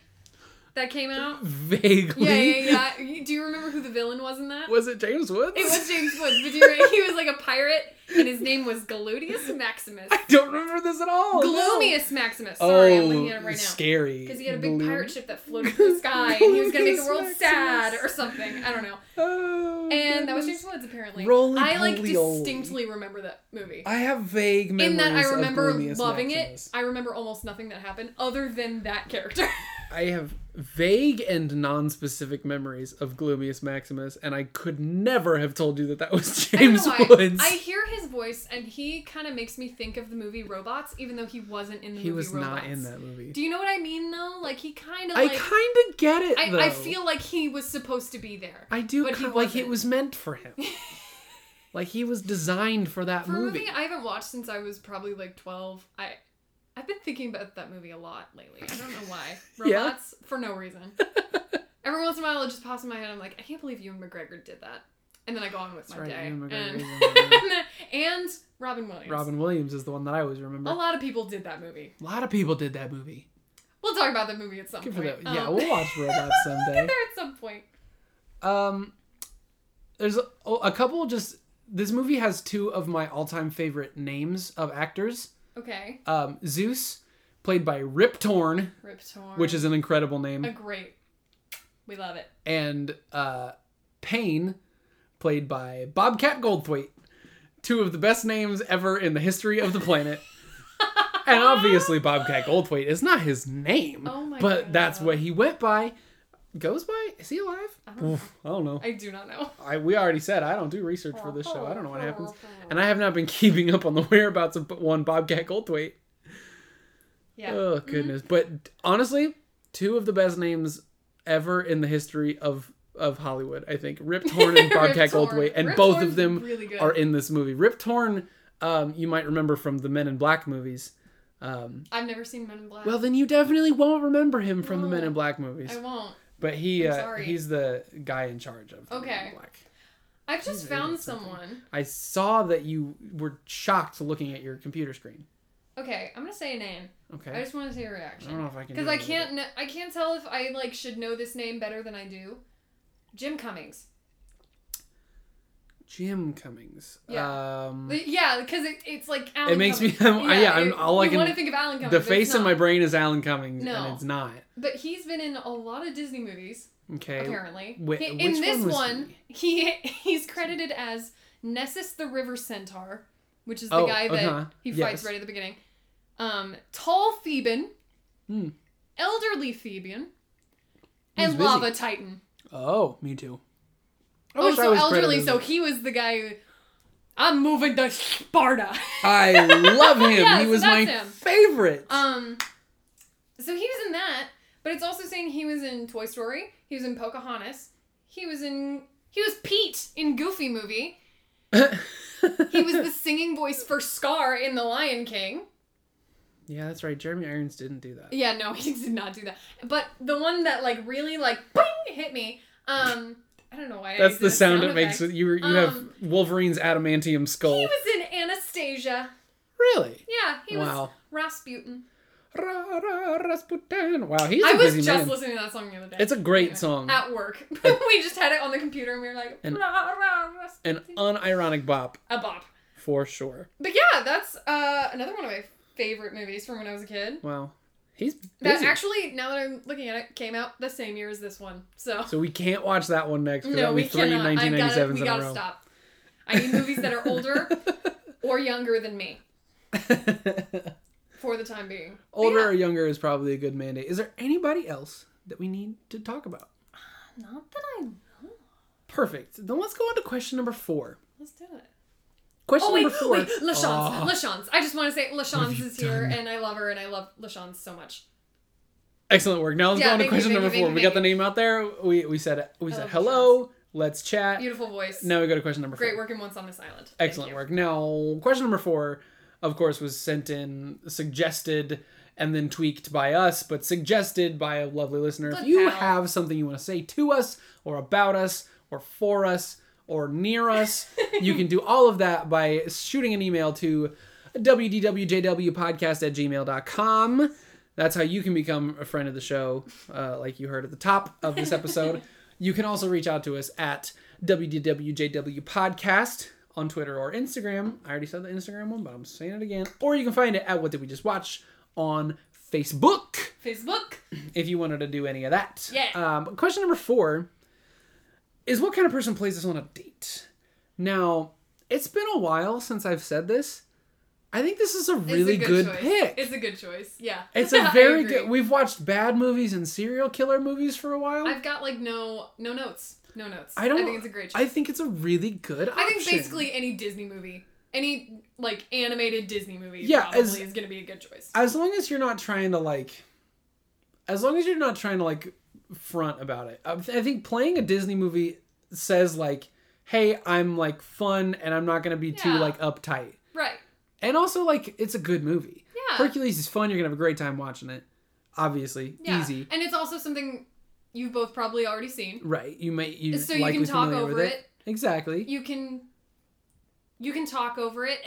B: that came out?
A: Vaguely.
B: Yeah, yeah, yeah. Do you remember who the villain was in that?
A: Was it James Woods?
B: It was James
A: *laughs*
B: Woods, but you're right, he was like a pirate, and his name was Gluteus Maximus.
A: I don't remember this at all. No.
B: Gluteus Maximus. Sorry,
A: oh,
B: I'm looking at it right now.
A: scary.
B: Because he had a big
A: Blue.
B: pirate ship that floated through the sky, and he was gonna make the world
A: Gluteus
B: sad
A: Maximus.
B: or something. I don't know.
A: Oh,
B: And that was
A: goodness.
B: James Woods apparently.
A: Roly
B: I like
A: poly oly.
B: distinctly remember that movie.
A: I have vague memories.
B: In that I
A: of
B: remember
A: Gluteus
B: loving
A: Maximus.
B: it. I remember almost nothing that happened other than that character. *laughs*
A: I have vague and non-specific memories of Gloomius Maximus, and I could never have told you that that was
B: I don't know
A: James
B: why.
A: Woods.
B: I hear his voice, and he kind of makes me think of the movie Robots, even though he wasn't in the
A: he
B: movie
A: was
B: Robots.
A: not in that movie.
B: Do you know what I mean though? Like he kind of
A: I
B: like
A: kind of get it. though.
B: I, I feel like he was supposed to be there.
A: I do
B: but
A: kind
B: he
A: of like it
B: wasn't.
A: was meant for
B: *laughs*
A: him. like he was designed for that
B: For a
A: movie.
B: movie Oh, I haven't watched since I was probably like 12. I I've been thinking about that movie a lot lately. I don't know why.
A: *laughs* Yeah.
B: Robots for no
A: *laughs*
B: reason. Every once in a while it just pops in my head. I'm like, I can't believe Ewan McGregor did that. And then I go on with my
A: right,
B: day.
A: Ewan
B: and, *laughs*
A: McGregor
B: and Robin Williams.
A: Robin Williams is the one that I always remember.
B: A lot of people did that movie.
A: A lot of people did that movie.
B: We'll talk about that movie at some
A: Good for
B: point.
A: that. Yeah,
B: Um,
A: we'll watch Robots
B: we'll
A: someday.
B: get there *laughs* at some point.
A: Um, there's a, oh, a couple just. This movie has two of my all-time favorite names of actors.
B: Okay.
A: Um, Zeus, played by Rip Torn,
B: Rip Torn.
A: which is um, an incredible
B: a
A: name,
B: great. We love it.
A: and uh, Pain, played by Bobcat Goldthwait. Two of the best names ever in the history of the
B: *laughs*
A: planet. and obviously, Bobcat Goldthwait is not his name,
B: Oh my
A: but that's
B: God.
A: what he went by. Goes by? Is he alive?
B: I don't
A: Oof, I don't know.
B: I do not know.
A: I we already said I don't do research for this show. I don't know what *laughs*
B: Oh.
A: happens, and I have not been keeping up on the *laughs* whereabouts of one Bobcat Goldthwait.
B: Yeah. *laughs* Mm-hmm.
A: Oh goodness! But honestly, two of the best names ever in the history of of Hollywood. I think Rip Torn
B: *laughs*
A: and Bobcat
B: Rip Torn.
A: Goldthwait, and
B: Rip
A: both
B: Torn's
A: of them
B: really good.
A: are in this movie. Rip Torn, um, you might remember from the Men in Black movies. Um,
B: I've never seen Men in Black.
A: well, then you definitely won't remember him from the
B: No.
A: Men in Black movies.
B: I won't.
A: But he
B: I'm
A: uh,
B: sorry.
A: he's the guy in charge of the Men
B: Okay.
A: in Black.
B: I've just
A: He's in
B: found
A: something.
B: someone.
A: I saw that you were shocked looking at your computer screen.
B: Okay, I'm gonna say a name. I
A: Okay.
B: just want to see a
A: I don't
B: reaction.
A: know if I can.
B: Because
A: do
B: I
A: it.
B: can't. Kn- I can't tell if I like should know this name better than I do. Jim Cummings.
A: Jim Cummings. Um,
B: The- Yeah, because it, it's like Alan.
A: it makes me.
B: Cummings.
A: I'm, *laughs* yeah, I'm,
B: it-
A: all I
B: you want to
A: can.
B: think of Alan Cummings.
A: The
B: but it's
A: face in my
B: not.
A: brain is Alan Cummings,
B: No.
A: and it's not.
B: But he's been in a lot of Disney movies.
A: Okay.
B: Apparently,
A: Wh-
B: He-
A: which
B: in this
A: one was
B: one, he he's credited as Nessus the River Centaur, which is the
A: Oh,
B: guy that
A: uh-huh.
B: he
A: Yes.
B: fights right at the beginning. Um, tall Theban,
A: Hmm.
B: elderly Theban,
A: He's
B: and
A: busy.
B: lava titan.
A: Oh, me too. I
B: Oh,
A: wish I
B: so
A: was
B: elderly,
A: credited
B: so
A: with-
B: he was the guy. Who, I'm moving to Sparta.
A: *laughs* I love him.
B: *laughs* Yes,
A: he was my
B: that's him.
A: favorite. *laughs*
B: Um, so he was in that, but it's also saying he was in Toy Story. He was in Pocahontas. He was in he was Pete in Goofy movie. He was the singing voice for Scar in The Lion King.
A: *laughs* yeah, that's right. Jeremy Irons didn't do that.
B: Yeah, no, *laughs* he did not do that. But the one that like really like bing, hit me. Um, I don't know why. I
A: That's
B: did
A: the
B: a
A: sound, it makes.
B: effect.
A: when You you have
B: Um,
A: Wolverine's adamantium
B: He
A: skull.
B: was in Anastasia.
A: Really?
B: Yeah, he was
A: Wow.
B: Rasputin.
A: Ra, ra, Rasputin. Wow, he's a
B: I was
A: busy
B: just
A: man.
B: listening to that song the other day.
A: It's a great
B: Yeah.
A: song.
B: At work, *laughs* we just had it on the computer and we were like,
A: And- uh,
B: "Ra, ra, Rasputin."
A: An unironic bop
B: a bop.
A: for sure.
B: But yeah, that's uh, another one of my favorite movies from when I was a kid.
A: Wow, he's
B: That
A: busy.
B: actually, now that I'm looking at it, came out the same year as this one. So,
A: so we can't watch that one next. 'cause
B: no,
A: that'll be
B: we cannot. I gotta,
A: 1997s
B: we
A: in a
B: gotta
A: row.
B: stop.
A: *laughs*
B: I need movies that are older or younger than me. for the time being. But
A: Older
B: yeah,
A: or younger is probably a good mandate. Is there anybody else that we need to talk about?
B: Not that I know.
A: Perfect. Then let's go on to question number four.
B: Let's do it.
A: Question
B: Oh wait,
A: number four.
B: wait, Lashans,
A: Oh,
B: Lashans. I just want to say Lashans
A: you
B: is here,
A: done?
B: and I love her, and I love Lashans so much.
A: excellent work. Now let's
B: Yeah,
A: go on to
B: thank you,
A: question
B: thank
A: number
B: you,
A: four.
B: thank
A: we
B: you,
A: got the name out there. We we said we
B: I
A: said
B: love
A: hello. Let's chat.
B: Beautiful voice.
A: Now we go to question number four.
B: Great working once on this island. Thank
A: Excellent
B: you.
A: work. Now, question number four, of course, was sent in, suggested, and then tweaked by us, but suggested by a lovely listener. if
B: Good
A: you
B: pal.
A: have something you want to say to us, or about us, or for us, or near
B: *laughs*
A: us, you can do all of that by shooting an email to wdwjwpodcast at gmail.com. That's how you can become a friend of the show, uh, like you heard at the top of this
B: *laughs*
A: episode. you can also reach out to us at WDWJW Podcast on Twitter or Instagram. I already said the Instagram one, but I'm saying it again. Or you can find it at What Did We Just Watch on Facebook
B: Facebook.
A: if you wanted to do any of that.
B: Yeah.
A: Um, question number four is what kind of person plays this on a date? Now, it's been a while since I've said this. I think this is a
B: It's a
A: really good,
B: choice.
A: pick.
B: *laughs* It's a good choice. Yeah.
A: It's
B: I *laughs*
A: a very
B: agree.
A: good. We've watched bad movies and serial killer movies for a while.
B: I've got like no no notes. No notes.
A: I don't-
B: I think it's a great choice.
A: I think it's a really good.
B: I think
A: option.
B: basically any Disney movie, any like animated Disney movie,
A: Yeah,
B: probably
A: as-
B: is gonna be a good choice.
A: as long as you're not trying to like, as long as you're not trying to like front about it. I, I think playing a Disney movie says like, "Hey, I'm like fun and I'm not gonna be too
B: Yeah.
A: like uptight."
B: Right.
A: And also like, it's a good movie.
B: Yeah.
A: Hercules is fun. You're gonna have a great time watching it. Obviously,
B: Yeah.
A: easy.
B: And it's also something you've both probably already seen,
A: Right. You may you
B: so you
A: likely
B: can talk
A: familiar
B: over
A: with
B: it.
A: it. Exactly.
B: *laughs* You can. You can talk over it.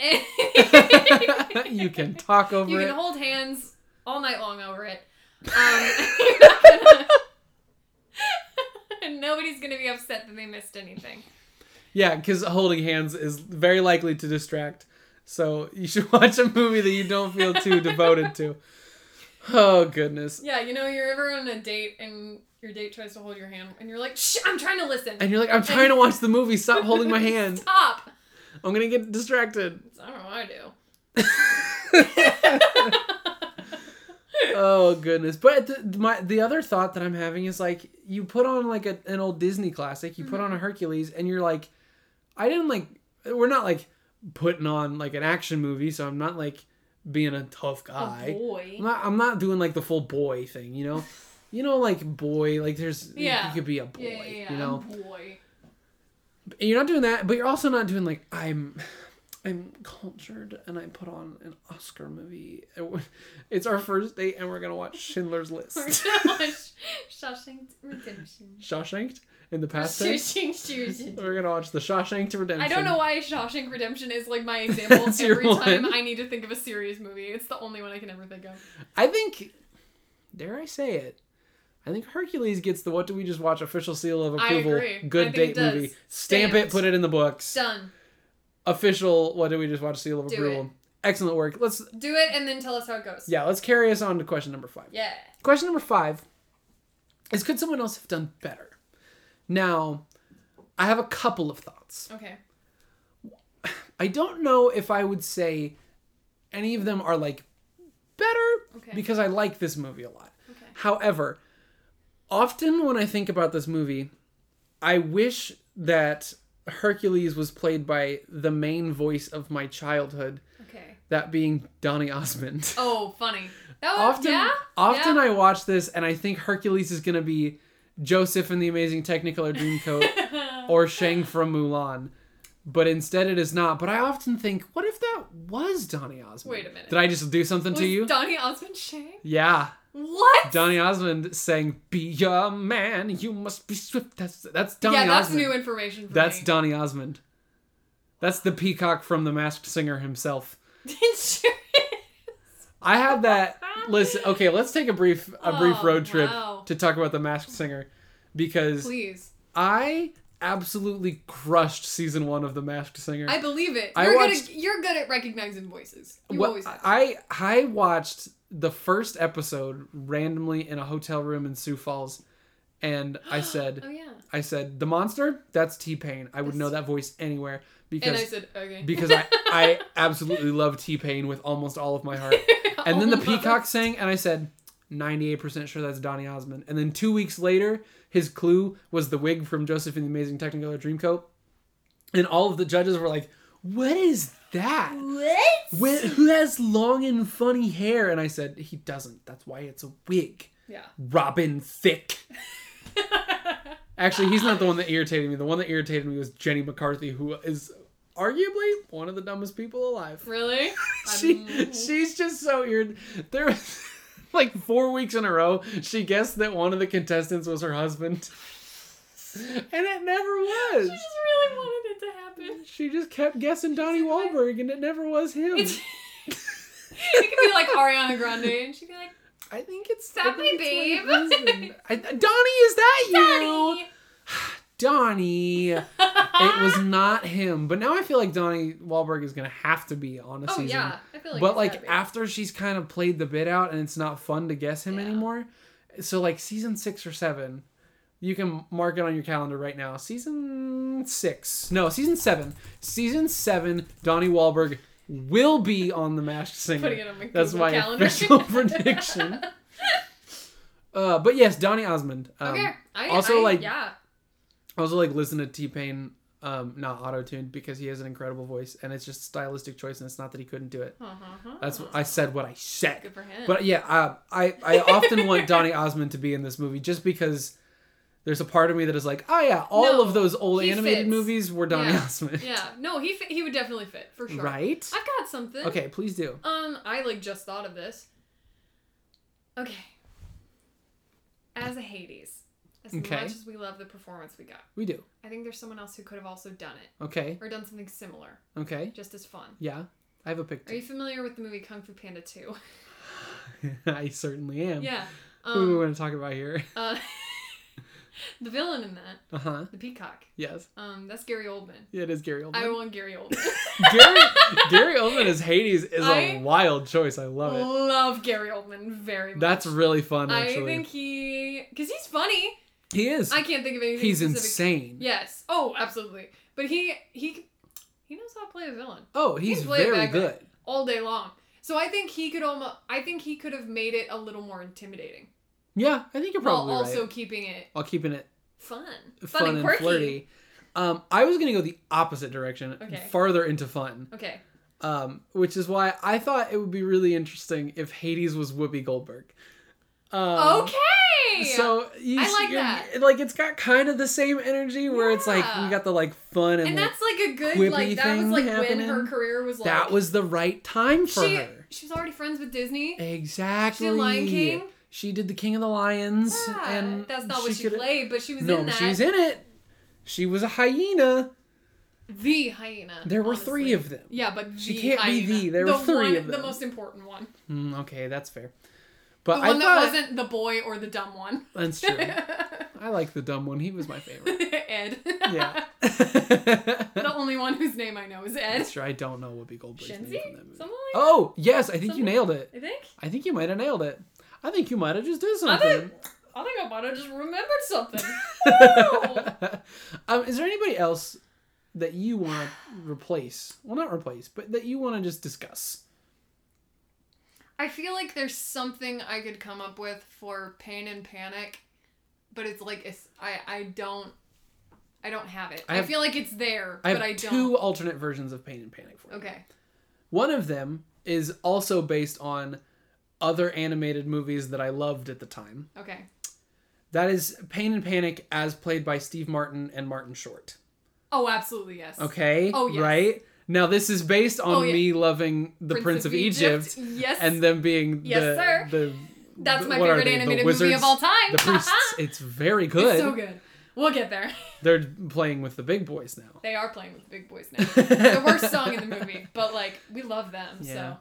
A: *laughs*
B: *laughs*
A: you can talk over
B: You
A: it.
B: can hold hands all night long over it. *laughs* Um, and nobody's gonna be upset that they missed anything.
A: yeah, because holding hands is very likely to distract. So you should *laughs* watch a movie that you don't feel too devoted to. Oh goodness!
B: Yeah, you know, you're ever on a date and your date tries to hold your hand, and you're like, "Shh, I'm trying to listen."
A: And you're like, I'm trying to watch the movie. Stop holding my hand.
B: Stop.
A: I'm gonna get distracted. *laughs*
B: I don't know what I do.
A: Oh goodness! But the, my the other thought that I'm having is like, you put on like a, an old Disney classic. You put on a Hercules, and you're like, I didn't like. We're not like putting on like an action movie, so I'm not like being a tough guy.
B: A boy.
A: I'm not, I'm not doing like the full boy thing, you know? You know, like boy, like there's, yeah.
B: Yeah.
A: you could be a boy,
B: yeah, yeah, yeah.
A: you know?
B: a
A: *laughs*
B: boy. *laughs*
A: And you're not doing that, but you're also not doing like, I'm, I'm cultured and I put on an Oscar movie. *laughs* It's our first date and we're going to watch Schindler's
B: We're *laughs*
A: List.
B: gonna watch Shawshank Redemption.
A: Shawshanked in the past tense.
B: Shawshank Redemption.
A: We're going to watch the Shawshank Redemption.
B: I don't know why Shawshank Redemption is like my example
A: That's your
B: every time
A: one.
B: I need to think of a serious movie. It's the only one I can ever think of.
A: I think, dare I say it, I think Hercules gets the what do we just watch official seal of
B: I
A: approval
B: agree. I
A: good
B: think
A: date
B: it does.
A: movie. Stamp it,
B: Stamped.
A: put it in the books.
B: Done.
A: official what did we just watch seal of
B: Do
A: approval
B: it.
A: excellent work let's
B: Do it and then tell us how it goes.
A: yeah let's carry us on to question number five
B: Yeah.
A: question number five is could someone else have done better now i have a couple of thoughts
B: Okay.
A: i don't know if i would say any of them are like better
B: Okay.
A: because i like this movie a lot
B: Okay.
A: however often when i think about this movie i wish that hercules was played by the main voice of my childhood
B: Okay.
A: that being Donny Osmond.
B: Oh, funny. That
A: *laughs*
B: was
A: often,
B: yeah.
A: often
B: yeah.
A: I watch this and I think Hercules is gonna be Joseph in the Amazing Technicolor
B: *laughs*
A: Dreamcoat or Shang from Mulan, but instead it is not. But I often think, what if that was Donny Osmond?
B: Wait a minute.
A: Did I just do something
B: was
A: to you?
B: Donny Osmond Shang?
A: yeah.
B: What?
A: Donny Osmond sang "Be a man, you must be swift." That's that's Donny
B: yeah, that's
A: Osmond.
B: new information for
A: That's
B: me. *laughs*
A: Donny Osmond. That's the peacock from The Masked Singer himself.
B: That's done.
A: I had
B: *laughs*
A: that. Listen, okay, let's take a brief a brief
B: Oh,
A: road trip
B: wow.
A: to talk about the Masked Singer because
B: Please.
A: I absolutely crushed season one of the Masked Singer.
B: I believe it.
A: I
B: You're
A: watched-
B: good at you're good at recognizing voices. You
A: Well,
B: always have.
A: I I watched the first episode randomly in a hotel room in Sioux Falls, and
B: *gasps*
A: I said
B: oh yeah.
A: I said the monster that's T Pain. I would know that voice anywhere because
B: And I said okay. *laughs*
A: because I I absolutely love T Pain with almost all of my heart. *laughs* And
B: *laughs*
A: then the
B: Almost.
A: peacock sang, and I said, 98% sure that's Donny Osmond. And then two weeks later, his clue was the wig from Joseph and the Amazing Technicolor Dreamcoat. And all of the judges were like, What is that?
B: What?
A: Wh- who has long and funny hair? And I said, He doesn't. That's why it's a wig.
B: Yeah. *laughs*
A: Robin Thicke. Actually, he's not the one that irritated me. The one that irritated me was Jenny McCarthy, who is arguably one of the dumbest people alive *laughs*
B: Really?
A: she
B: I'm-
A: she's just so weird. There *laughs* was like four weeks in a row, she guessed that one of the contestants was her husband. *laughs* And it never was.
B: She just really wanted it to happen.
A: She just kept guessing Donnie
B: like,
A: Wahlberg and it never was him.
B: It's, *laughs* it could be like Ariana Grande, and she'd
A: *laughs*
B: be like,
A: I think it's
B: Stop
A: I think
B: me,
A: it's
B: babe.
A: my
B: *laughs*
A: husband. I, Donnie, is that you?
B: "Daddy!" *laughs*
A: Donnie. It was not him. But now I feel like Donnie Wahlberg is gonna have to be on a
B: Oh
A: season.
B: yeah, I feel like.
A: but
B: it's
A: like
B: gotta be.
A: after she's kind of played the bit out and it's not fun to guess him
B: Yeah.
A: anymore so like season six or seven you can mark it on your calendar right now season six no season seven season seven donnie Wahlberg will be on the masked singer
B: *laughs* putting it on my
A: that's
B: Google
A: my
B: calendar.
A: official *laughs*
B: *laughs*
A: prediction uh but yes donnie osmond um,
B: okay. I,
A: also,
B: I-
A: like-
B: yeah.
A: I also like listen to T Pain, um, not auto tuned because he has an incredible voice and it's just stylistic choice and it's not that he couldn't do it.
B: Uh-huh.
A: That's what I said. What I said.
B: good for him.
A: But yeah, uh, I I often want
B: *laughs*
A: Donny Osmond to be in this movie just because there's a part of me that is like, oh yeah, all
B: No,
A: of those old
B: he
A: animated
B: fits.
A: movies were Donny
B: Yeah.
A: Osmond,
B: yeah, no, he fit, he would definitely fit for sure.
A: right?
B: I've got something.
A: Okay, please do.
B: Um, I like just thought of this. Okay. As a Hades, as
A: Okay.
B: much as we love the performance we got,
A: We do.
B: I think there's someone else who could have also done it
A: Okay,
B: or done something similar,
A: okay,
B: just as fun.
A: yeah. I have a
B: Are
A: picture.
B: you familiar with the movie Kung Fu Panda 2?
A: *laughs* I certainly am.
B: *laughs* yeah.
A: Who do we
B: Um,
A: want to talk about here? *laughs*
B: uh, *laughs* the villain in that,
A: Uh huh.
B: the peacock,
A: Yes,
B: um, that's Gary Oldman.
A: Yeah, it is Gary Oldman.
B: I want Gary Oldman.
A: Gary, *laughs* Gary Oldman as Hades is a
B: I-
A: wild choice. I love it.
B: Love Gary Oldman very much.
A: That's really fun,
B: I
A: actually.
B: think he, because he's funny.
A: he is.
B: I can't think of anything.
A: He's
B: specific.
A: insane.
B: Yes. Oh, absolutely. But he he he knows how to play a villain
A: Oh, he's
B: can play it
A: very
B: back
A: good.
B: then. all day long. So I think he could almost. I think he could have made it a little more intimidating
A: Yeah, I think you're
B: while
A: probably
B: also
A: right.
B: keeping it
A: While keeping it
B: fun, fun,
A: fun
B: and
A: and,
B: quirky.
A: flirty. Um, I was gonna go the opposite direction,
B: Okay.
A: farther into fun,
B: Okay.
A: um, which is why I thought it would be really interesting if Hades was Whoopi Goldberg. Um,
B: okay.
A: So you,
B: I like
A: you're-
B: that.
A: Like it's got kind of the same energy where it's like
B: Yeah.
A: you got the like fun and,
B: and
A: like,
B: that's like a good
A: quippy
B: like that was
A: thing
B: like when
A: happening.
B: her career was like
A: that was the right time for
B: she
A: her.
B: she was already friends with Disney.
A: Exactly.
B: She did Lion King.
A: She did the King of the Lions,
B: Yeah,
A: and
B: that's not what she
A: coulda-
B: played, but she was
A: No,
B: in
A: but
B: that.
A: she was in it. She was a hyena.
B: the hyena.
A: There were three
B: honestly.
A: of them.
B: Yeah, but
A: She
B: the
A: can't be
B: hyena.
A: the, there were three
B: one,
A: of them.
B: The most important one.
A: Mm, okay, that's fair. But
B: the
A: I
B: one that
A: thought
B: wasn't the boy or the dumb one.
A: that's
B: *laughs*
A: true. I like the dumb one. He was my favorite.
B: Ed.
A: Yeah.
B: *laughs*
A: *laughs*
B: the only one whose name I know is Ed.
A: That's true. I don't know Whoopi Goldberg's
B: Shenzi?
A: name from that movie.
B: Someone like
A: Oh yes, I think you
B: Something-
A: nailed it.
B: I think.
A: I think you might have nailed it. I think you might have just did
B: I
A: something.
B: think. *laughs* I think I might have just remembered something.
A: *laughs* um, is there anybody else that you want to replace? Well, not replace, but that you want to just discuss.
B: I feel like there's something I could come up with for pain and panic, but it's like it's, I I don't I don't have it.
A: I
B: I,
A: have-
B: feel like it's there,
A: I have
B: but I
A: two
B: don't.
A: alternate versions of Pain and Panic for you.
B: Okay.
A: One of them is also based on other animated movies that I loved at the time.
B: Okay.
A: That is Pain and Panic as played by Steve Martin and Martin Short.
B: Oh, absolutely yes.
A: Okay?
B: Oh, yes.
A: Right? Now, this is based on
B: Oh, yeah.
A: me loving The Prince, of, Egypt,
B: Yes.
A: and them being
B: Yes,
A: the,
B: sir.
A: the.
B: That's
A: the-
B: my
A: what are
B: favorite
A: they? The
B: animated movie
A: wizards?
B: of all time.
A: The
B: *laughs*
A: priests. it's very good.
B: It's so good. We'll get there. *laughs*
A: They're playing with the big boys now.
B: They are playing with the big boys
A: *laughs*
B: now. the worst song in the movie, but like we love them.
A: Yeah.
B: So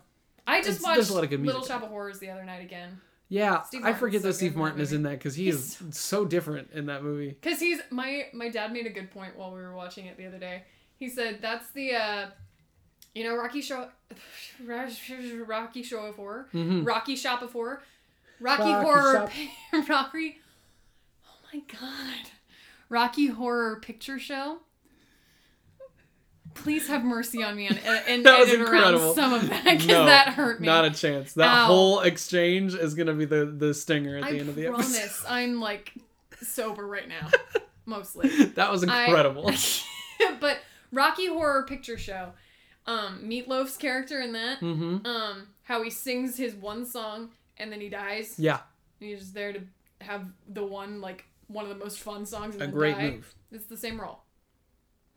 B: I just
A: It's-
B: watched
A: there's a lot of good
B: Little
A: music.
B: Shop of Horrors the other night again
A: Yeah,
B: Steve
A: I
B: Martin's
A: forget
B: so
A: that
B: good
A: Steve
B: in that
A: Martin is
B: movie.
A: in that because he
B: He's
A: is so different in that movie.
B: because he's my my dad made a good point while we were watching it the other day. He said that's the uh, you know Rocky show, *laughs* Rocky show of horror,
A: Mhm.
B: Rocky shop of horror, Rocky,
A: Rocky
B: horror, *laughs* Rocky. Oh my god, Rocky horror picture show. Please have mercy on
A: *laughs*
B: me and, and
A: That was
B: edit
A: incredible.
B: around some of that because
A: No,
B: that hurt me.
A: Not a chance. That
B: Ow.
A: whole exchange is gonna be the the stinger at
B: I
A: the end of the
B: promise
A: episode.
B: I'm like sober
A: *laughs*
B: right now, mostly.
A: That was
B: I- *laughs*
A: incredible.
B: but Rocky Horror Picture Show, um, Meatloaf's character in that,
A: mm-hmm.
B: um, how he sings his one song and then he dies.
A: Yeah,
B: And he's just there to have the one like one of the most fun songs. And
A: a
B: then
A: great
B: die.
A: move.
B: It's the same role.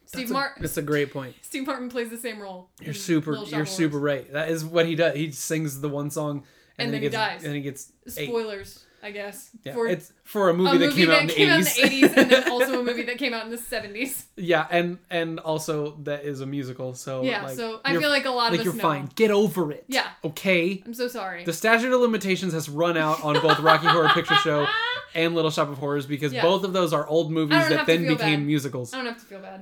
A: That's
B: Steve
A: a-
B: Martin.
A: That's a great point.
B: *laughs* Steve Martin plays the same role.
A: You're
B: in
A: super.
B: Little Shop
A: You're
B: of
A: super right. That is what he does. He sings the one song,
B: And
A: and,
B: then
A: he
B: he
A: gets,
B: dies.
A: And he gets
B: Horrors.
A: eight.
B: Spoilers, I guess.
A: Yeah,
B: for
A: it's for a movie,
B: a movie
A: that came out in the eighties. *laughs*
B: and then also a movie that came out in the 70s.
A: yeah, and and also that is a musical. So
B: Yeah,
A: Oh, like,
B: so I
A: you're-
B: feel like a lot of
A: like
B: us
A: you're
B: know.
A: fine. Get over it.
B: Yeah.
A: Okay.
B: I'm so sorry.
A: The statute of limitations has run out on both Rocky Horror Picture
B: Ah, *laughs*
A: Show and Little Shop of Horrors because
B: Yeah.
A: both of those are old movies
B: don't
A: that
B: have to
A: then
B: feel
A: became
B: bad. Oh.
A: musicals.
B: I don't have to feel bad.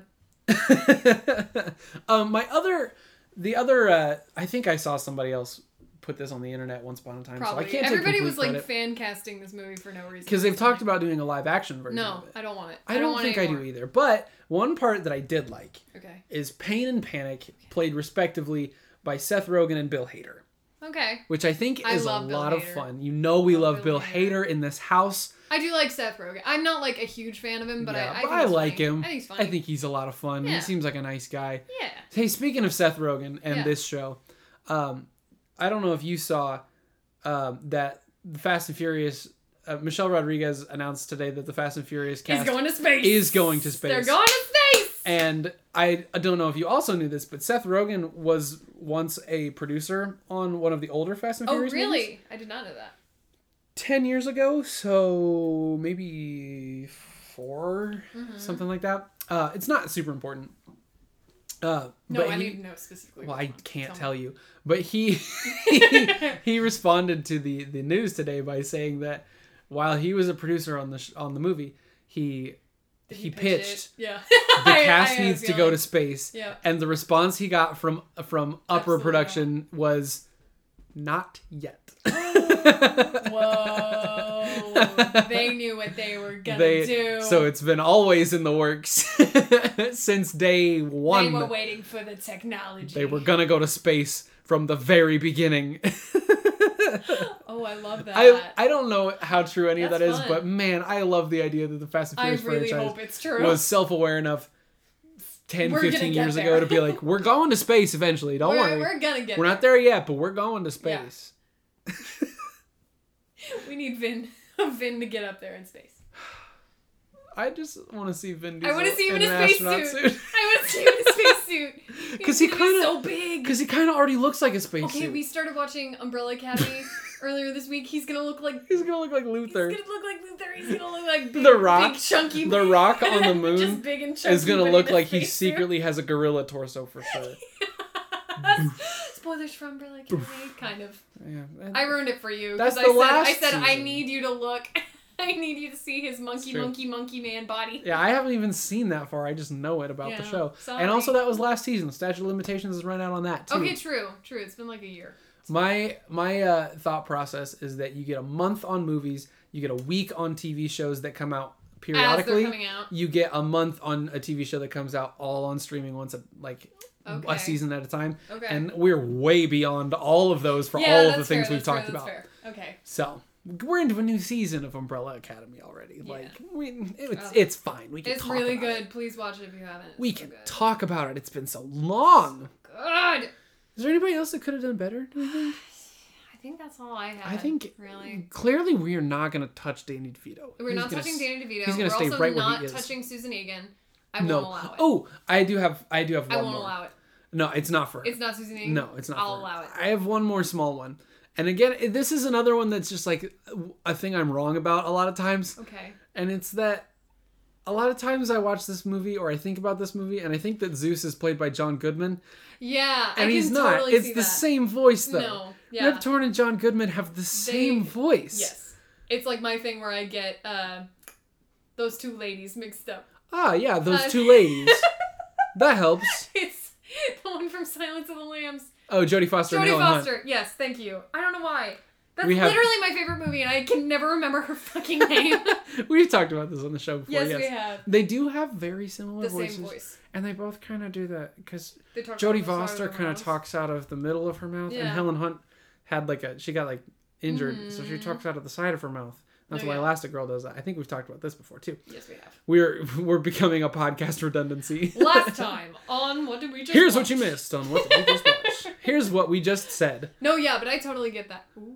A: *laughs* um, my other, the other, uh, I think I saw somebody else put this on the internet once upon a time.
B: Probably.
A: So I can't
B: Everybody
A: take
B: was like fan casting this movie for no reason.
A: because they've talked about doing a live action version.
B: No,
A: of it.
B: I don't want it.
A: I, don't,
B: want
A: think
B: it
A: I do
B: anymore.
A: either. But one part that I did like
B: Okay.
A: is Pain and Panic, played respectively by Seth Rogen and Bill Hader,
B: Okay.
A: which I think
B: I
A: is a
B: love Bill
A: lot of
B: Hader.
A: fun. You know, we
B: Love
A: love, Bill
B: Bill
A: Hader. in this house.
B: I do like Seth Rogen. I'm not like a huge fan of him, but
A: Yeah,
B: I, I,
A: but
B: think
A: I
B: he's
A: like
B: funny.
A: him.
B: I think he's funny.
A: I think he's a lot of fun. He
B: Yeah.
A: seems like a nice guy.
B: Yeah.
A: Hey, speaking of Seth Rogen and
B: Yeah.
A: this show, um, I don't know if you saw um, that the Fast and Furious. Uh, Michelle Rodriguez announced today that the Fast and Furious
B: He's
A: cast
B: going to space.
A: is going to space.
B: They're going to space.
A: And I I don't know if you also knew this, but Seth Rogen was once a producer on one of the older Fast and
B: Oh,
A: Furious. movies.
B: really? I did not know that.
A: Ten years ago, so maybe 4
B: Mm-hmm.
A: something like that. Uh, it's not super important. Uh,
B: No,
A: but
B: I
A: he-
B: need to know specifically.
A: well,
B: which
A: I
B: one.
A: can't
B: Tell me.
A: tell you, but he *laughs*
B: *laughs*
A: he responded to the the news today by saying that while he was a producer on the sh- on the movie, he
B: Did
A: he
B: pitch it?
A: pitched
B: Yeah.
A: the
B: *laughs* I- I
A: cast
B: had a
A: needs to go
B: feeling.
A: to space. *laughs*
B: Yeah.
A: And the response he got from from upper
B: Absolutely
A: production was not yet.
B: *laughs* Whoa. they knew what they were gonna
A: They-
B: do.
A: so it's been always in the works *laughs* since day one.
B: They were waiting for the technology.
A: They were gonna go to space from the very beginning. *laughs*
B: Oh, I love that.
A: I I don't know how true any of
B: That's
A: that is,
B: fun.
A: but man, I love the idea that the Fast and
B: I
A: Furious
B: really
A: franchise
B: hope it's true.
A: was self-aware enough 10,
B: We're gonna
A: 15
B: get
A: years
B: there.
A: ago to be like, we're going to space eventually. Don't
B: we're,
A: worry.
B: we're gonna get.
A: We're not there yet, but we're going to
B: Yeah.
A: space. *laughs*
B: there. We need Vin, *laughs* Vin to get up there in space.
A: I just want to see Vin
B: I
A: Diesel.
B: want to see him in
A: an
B: a space
A: astronaut
B: suit. I want to see him in a
A: *laughs*
B: space suit.
A: 'Cause he
B: *laughs* He's
A: kinda-
B: so big.
A: Because he kind of already looks like a space
B: Okay,
A: suit.
B: we started watching
A: *laughs*
B: Umbrella Academy earlier this week. He's gonna look like.
A: He's gonna look like
B: He's
A: Luther.
B: gonna look like Luther. He's gonna look like big,
A: The Rock-
B: big chunky.
A: The Rock on the
B: *laughs* Just
A: moon
B: big and chunky.
A: is gonna
B: but in
A: look
B: a
A: like he
B: space suit.
A: secretly *laughs* has a gorilla torso for sure.
B: *laughs* Spoilers for Umbrella Academy, kind of.
A: Yeah.
B: I ruined it for you.
A: That's
B: 'cause I
A: the
B: said, I
A: last
B: said I
A: season.
B: need you to look. *laughs* I need you to see his monkey,
A: true.
B: monkey, monkey man body.
A: yeah, I haven't even seen that far. I just know it about the
B: Yeah,
A: show.
B: sorry.
A: And also, that was last season. The statute of limitations has run out on that too.
B: Okay, true, true. It's been like a year.
A: My my uh, thought process is that you get a month on movies, you get a week on TV shows that come out
B: As they're
A: periodically.
B: coming out.
A: you get a month on a TV show that comes out all on streaming once a like
B: Okay.
A: a season at a time.
B: Okay.
A: And we're way beyond all of those for
B: yeah,
A: all of
B: that's
A: the things
B: fair,
A: we've
B: that's fair,
A: talked
B: that's
A: about.
B: Fair. Okay.
A: So we're into a new season of Umbrella Academy already.
B: Yeah.
A: Like we, it's
B: Oh.
A: it's fine. We can
B: It's
A: talk
B: really
A: about
B: good.
A: it.
B: Please watch it if you haven't. It's
A: We
B: so
A: can
B: good.
A: talk about it. It's been so long.
B: Good.
A: Is there anybody else that could have done better? do you think?
B: I think that's all I have.
A: I think
B: really.
A: clearly we are not going to touch Danny DeVito.
B: We're
A: He's
B: not
A: gonna
B: touching
A: s-
B: Danny DeVito.
A: he's gonna
B: We're
A: stay
B: also
A: right where he
B: not
A: is.
B: touching Susan Egan. I
A: No.
B: won't allow
A: *laughs*
B: it.
A: Oh, I do have. I do have
B: I
A: one
B: won't
A: more.
B: allow it.
A: No, it's not for her.
B: It's not Susan Egan.
A: No, it's not.
B: I'll
A: for
B: allow
A: her.
B: it.
A: I have one more small one. And again, i- this is another one that's just like a thing I'm wrong about a lot of times.
B: Okay.
A: And it's that a lot of times I watch this movie or I think about this movie and I think that Zeus is played by John Goodman.
B: Yeah. I
A: And
B: can
A: he's not.
B: Totally
A: it's
B: see
A: the
B: that.
A: same voice, though.
B: No. Yeah.
A: Rip Torn and John Goodman have the same voice.
B: Yes. It's like my thing where I get uh, those two ladies mixed up. *laughs*
A: Ah, yeah, those
B: Uh, *laughs*
A: two ladies. that helps.
B: It's the one from Silence of the Lambs.
A: Oh, Jodie Foster
B: Jodie
A: and Helen Hunt.
B: Foster. Yes, thank you. I don't know why. That's
A: We have-
B: literally my favorite movie, and I can never remember her
A: *laughs*
B: fucking name.
A: We've talked about this on the show before.
B: yes,
A: Yes,
B: we have
A: they do have very similar
B: the
A: voices,
B: same voice.
A: and they both kind of do that because
B: They talk
A: Jodie
B: from the side
A: Foster
B: their
A: kind of
B: mouths.
A: talks out of the middle of her mouth, and
B: Yeah.
A: Helen Hunt had like a she got like injured, so she
B: Mhm.
A: talks out of the side of her mouth. That's
B: Oh,
A: why
B: yeah.
A: Elastigirl does that. I think we've talked about this before too.
B: Yes, we have.
A: We're *laughs* we're becoming a podcast redundancy. *laughs*
B: Last time on what did we just?
A: Here's what
B: watch?
A: you missed on what we just watched. Here's what we just said.
B: No, yeah, but I totally get that. Ooh.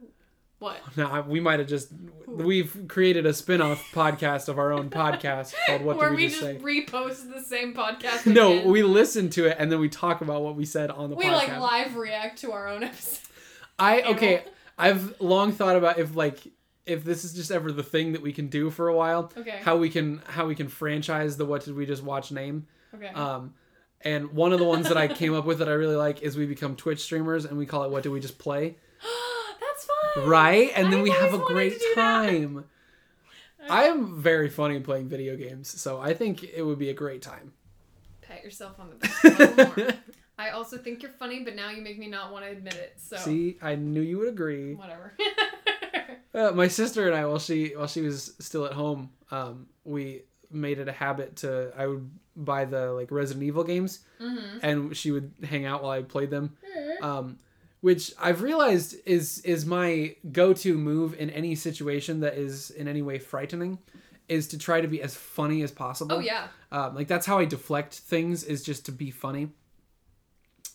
B: What?
A: Now I- we might have just we've created a spin-off podcast of our own podcast called What
B: Where
A: Did We,
B: we
A: Just Say?
B: repost the same podcast.
A: No,
B: again.
A: we listen to it and then we talk about what we said on the
B: we
A: podcast.
B: like live react to our own *laughs* episode.
A: I
B: panel.
A: okay. I've long thought about if like if this is just ever the thing that we can do for a while.
B: Okay.
A: How we can how we can franchise the what did we just watch name.
B: Okay.
A: Um, and one of the ones that I came up with that I really like is we become Twitch streamers and we call it what did we just play,
B: That's fun.
A: right? And then
B: I've
A: we have a
B: always wanted
A: great
B: to do that.
A: time. I am very funny playing video games, so I think it would be a great time.
B: Pat yourself on the back.
A: *laughs*
B: one more. I also think you're funny, but now you make me not want to admit it. So
A: See, I knew you would agree.
B: whatever. *laughs*
A: Uh, my sister and I, while she while she was still at home, um, we made it a habit to I would buy the like Resident Evil games,
B: Mhm.
A: and she would hang out while I played them. Um, which I've realized is is my go to move in any situation that is in any way frightening, is to try to be as funny as possible.
B: oh yeah.
A: Um, like that's how I deflect things is just to be funny.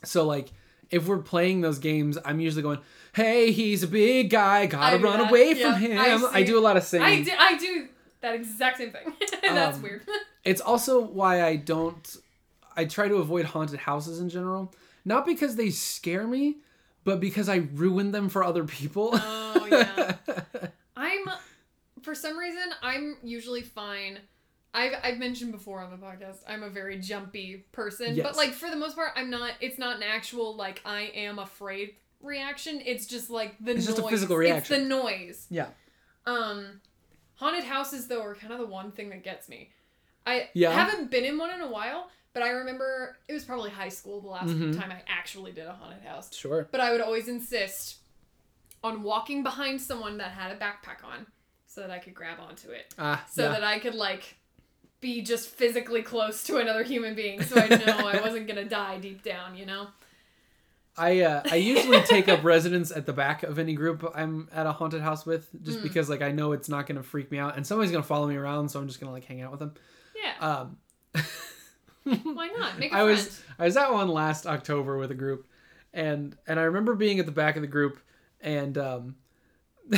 A: So like if we're playing those games, I'm usually going, "Hey, he's a big guy, gotta
B: I do
A: run
B: that.
A: away
B: Yeah,
A: from him."
B: I
A: I,
B: see.
A: do a lot of singing.
B: I do, I do that exact same thing. *laughs* That's
A: Um, *laughs*
B: weird.
A: It's also why I don't. I try to avoid haunted houses in general, not because they scare me, but because I ruin them for other people.
B: oh yeah. I'm for some reason I'm usually fine. I've I've mentioned before on the podcast, I'm a very jumpy person.
A: Yes.
B: But like for the most part, I'm not it's not an actual like I am afraid reaction. It's just like the
A: It's
B: noise.
A: just a physical
B: It's
A: reaction.
B: the noise.
A: yeah,
B: Um haunted houses though are kind of the one thing that gets me. I
A: *laughs* Yeah.
B: haven't been in one in a while, but I remember it was probably high school the last
A: Mhm.
B: time I actually did a haunted house.
A: sure.
B: But I would always insist on walking behind someone that had a backpack on so that I could grab onto it.
A: Ah,
B: So
A: yeah.
B: that I could, like, be just physically close to another human being so I know I wasn't gonna die deep down, you know?
A: I uh, I usually take up residence at the back of any group I'm at a haunted house with, just
B: Mm.
A: because like I know it's not gonna freak me out, and somebody's gonna follow me around, so I'm just gonna like hang out with them.
B: Yeah.
A: Um,
B: Why not? Make a
A: I
B: friend.
A: was I was at one last October with a group, and and I remember being at the back of the group, and um, *laughs*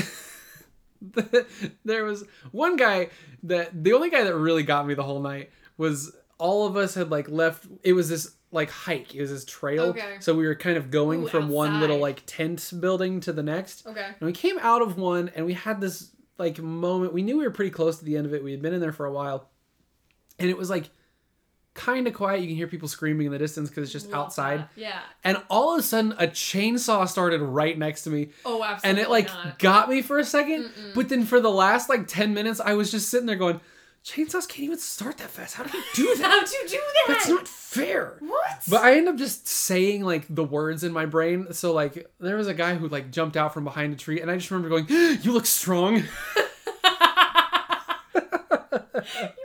A: the, there was one guy that the only guy that really got me the whole night was all of us had like left. It was this like hike. It was this trail.
B: Okay.
A: So we were kind of going
B: Ooh,
A: from one little
B: outside.
A: like tent building to the next,
B: Okay.
A: and we came out of one, and we had this like moment. We knew we were pretty close to the end of it. We had been in there for a while, and it was like kind of quiet. You can hear people screaming in the distance because it's just
B: Love
A: outside.
B: that. Yeah.
A: And all of a sudden, a chainsaw started right next to me,
B: Oh, absolutely.
A: and it like
B: not. *laughs*
A: got me for a 2nd
B: Mm-mm.
A: But then for the last like ten minutes, I was just sitting there going, "Chainsaws can't even start that fast. How did you do that?
B: *laughs* How'd you do that?
A: That's not fair."
B: What?
A: But I end up just saying like the words in my brain. So like there was a guy who like jumped out from behind a tree, and I just remember going, *gasps* "You look strong."
B: *laughs* you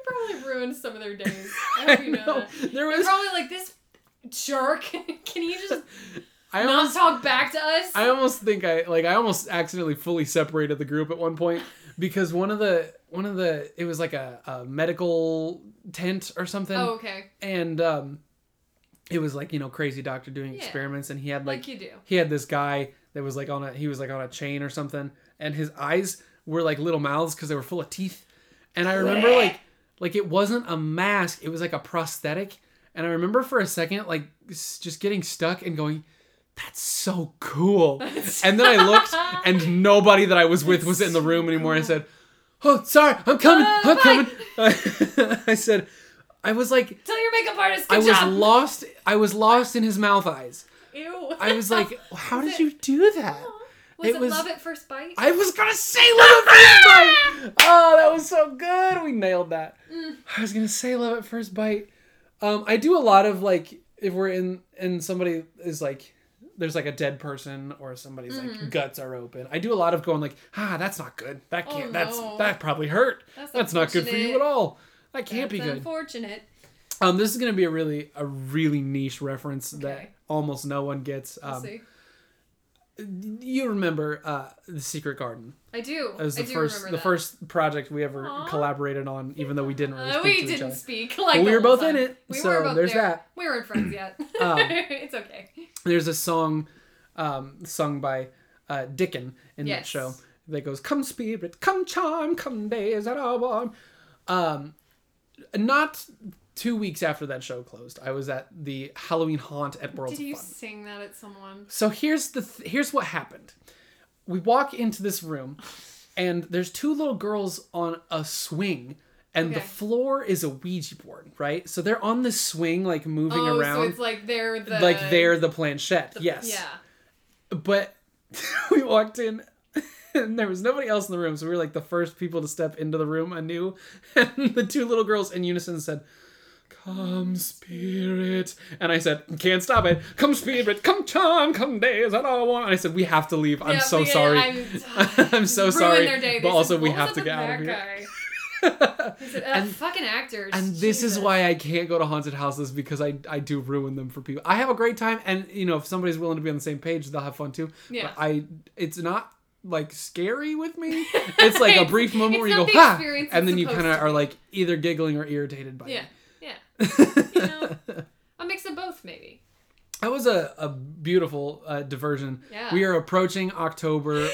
B: probably ruined some of their
A: *laughs*
B: days. I hope Oh, you know,
A: No,
B: that.
A: there
B: They're
A: was.
B: probably like this jerk. *laughs* Can you just
A: I
B: not
A: almost,
B: talk back to us?
A: I almost think I like. I almost accidentally fully separated the group at one point because one of the one of the it was like a, a medical tent or something,
B: oh, okay.
A: and um, it was like you know crazy doctor doing
B: Yeah.
A: experiments, and he had
B: Like,
A: like
B: you do.
A: he had this guy that was like on a he was like on a chain or something and his eyes were like little mouths because they were full of teeth and i remember
B: Blech.
A: like like it wasn't a mask it was like a prosthetic and i remember for a second like s- just getting stuck and going that's so
B: *laughs*
A: cool and then i looked and nobody that i was with was in the room anymore i said oh sorry i'm coming
B: Uh,
A: i'm
B: bye."
A: coming *laughs* i said i was like
B: Tell your makeup artist. Good
A: i was
B: job.
A: lost i was lost in his mouth eyes
B: Ew.
A: I was like, how
B: Was
A: did
B: it-
A: you do that?
B: was
A: it
B: it,
A: was-
B: love at first bite?
A: I was gonna say love at first bite. *laughs* Oh, that was so good. We nailed that.
B: Mm.
A: I was gonna say love at first bite. Um, I do a lot of like if we're in and somebody is like there's like a dead person or somebody's
B: Mhm.
A: like guts are open. I do a lot of going like, ah, that's not good. That
C: Oh, no.
A: can't. That's that probably hurt. That's not good for you at all. That can't
C: That's
A: be good.
C: Unfortunate.
A: Um, this is gonna be a really a really niche reference that
C: Okay.
A: almost no one gets.
C: We'll
A: Um,
C: see.
A: you remember uh, the Secret Garden?
B: I do.
A: That was
B: I
A: the
B: do
A: first
B: remember
A: the
B: that.
A: first project we ever
C: Aw.
A: collaborated on, even though we didn't really
C: Uh,
A: speak
C: we
A: to each
C: didn't
A: other.
C: speak. Like
A: But
C: the
A: we were
C: whole
A: both
C: time.
A: in it,
C: We
A: so
C: were both
A: there's
C: there.
A: that.
C: We weren't friends yet.
A: Um,
C: it's okay.
A: There's a song um, sung by uh, Dickon in that
C: Yes.
A: show that goes, "Come spirit, come charm, come days that are warm." Um, not two weeks after that show closed, I was at the Halloween haunt at Worlds
B: Did
A: of
B: you
A: Fun.
B: sing that at someone?
A: So here's the th- here's what happened. We walk into this room, and there's two little girls on a swing, and the
B: Okay.
A: floor is a Ouija board, right? So they're on this swing, like moving
B: oh, so
A: around,
B: it's like they're the
A: like they're the planchette.
B: the-
A: yes.
B: Yeah.
A: But *laughs* we walked in. And there was nobody else in the room, so we were like the first people to step into the room anew. *laughs* And the two little girls in unison said, Come, spirit. And I said, Can't stop it. Come, spirit. Come, charm. Come, days. I don't want. And I said, We have to leave. I'm
B: Yeah,
A: so
B: but yeah,
A: sorry. *laughs* I'm,
B: I'm,
A: so
B: ruined
A: sorry.
B: Their day. They
A: But
B: said,
A: also, we
B: "What was
A: have
B: up
A: to
B: with
A: get out
B: that
A: of here.
B: guy?"
A: *laughs*
B: They said, "Uh,
A: And-
B: fucking actors.
A: And this is
B: Jesus."
A: why I can't go to haunted houses because I, I do ruin them for people. I have a great time, and you know if somebody's willing to be on the same page, they'll have fun too.
B: Yeah.
A: But I it's not like scary with me.
B: *laughs*
A: It's like a
B: It's-
A: brief moment
B: it's
A: where you go
B: not the
A: ha,
B: experience
A: and
B: it's
A: then you
B: supposed
A: kind of
B: to
A: are
B: be.
A: like either giggling or irritated by it.
B: Yeah. Yeah.
A: *laughs*
B: You know, a mix of both, maybe.
A: That was a, a beautiful uh, diversion.
B: Yeah.
A: We are approaching
B: *laughs*
A: October.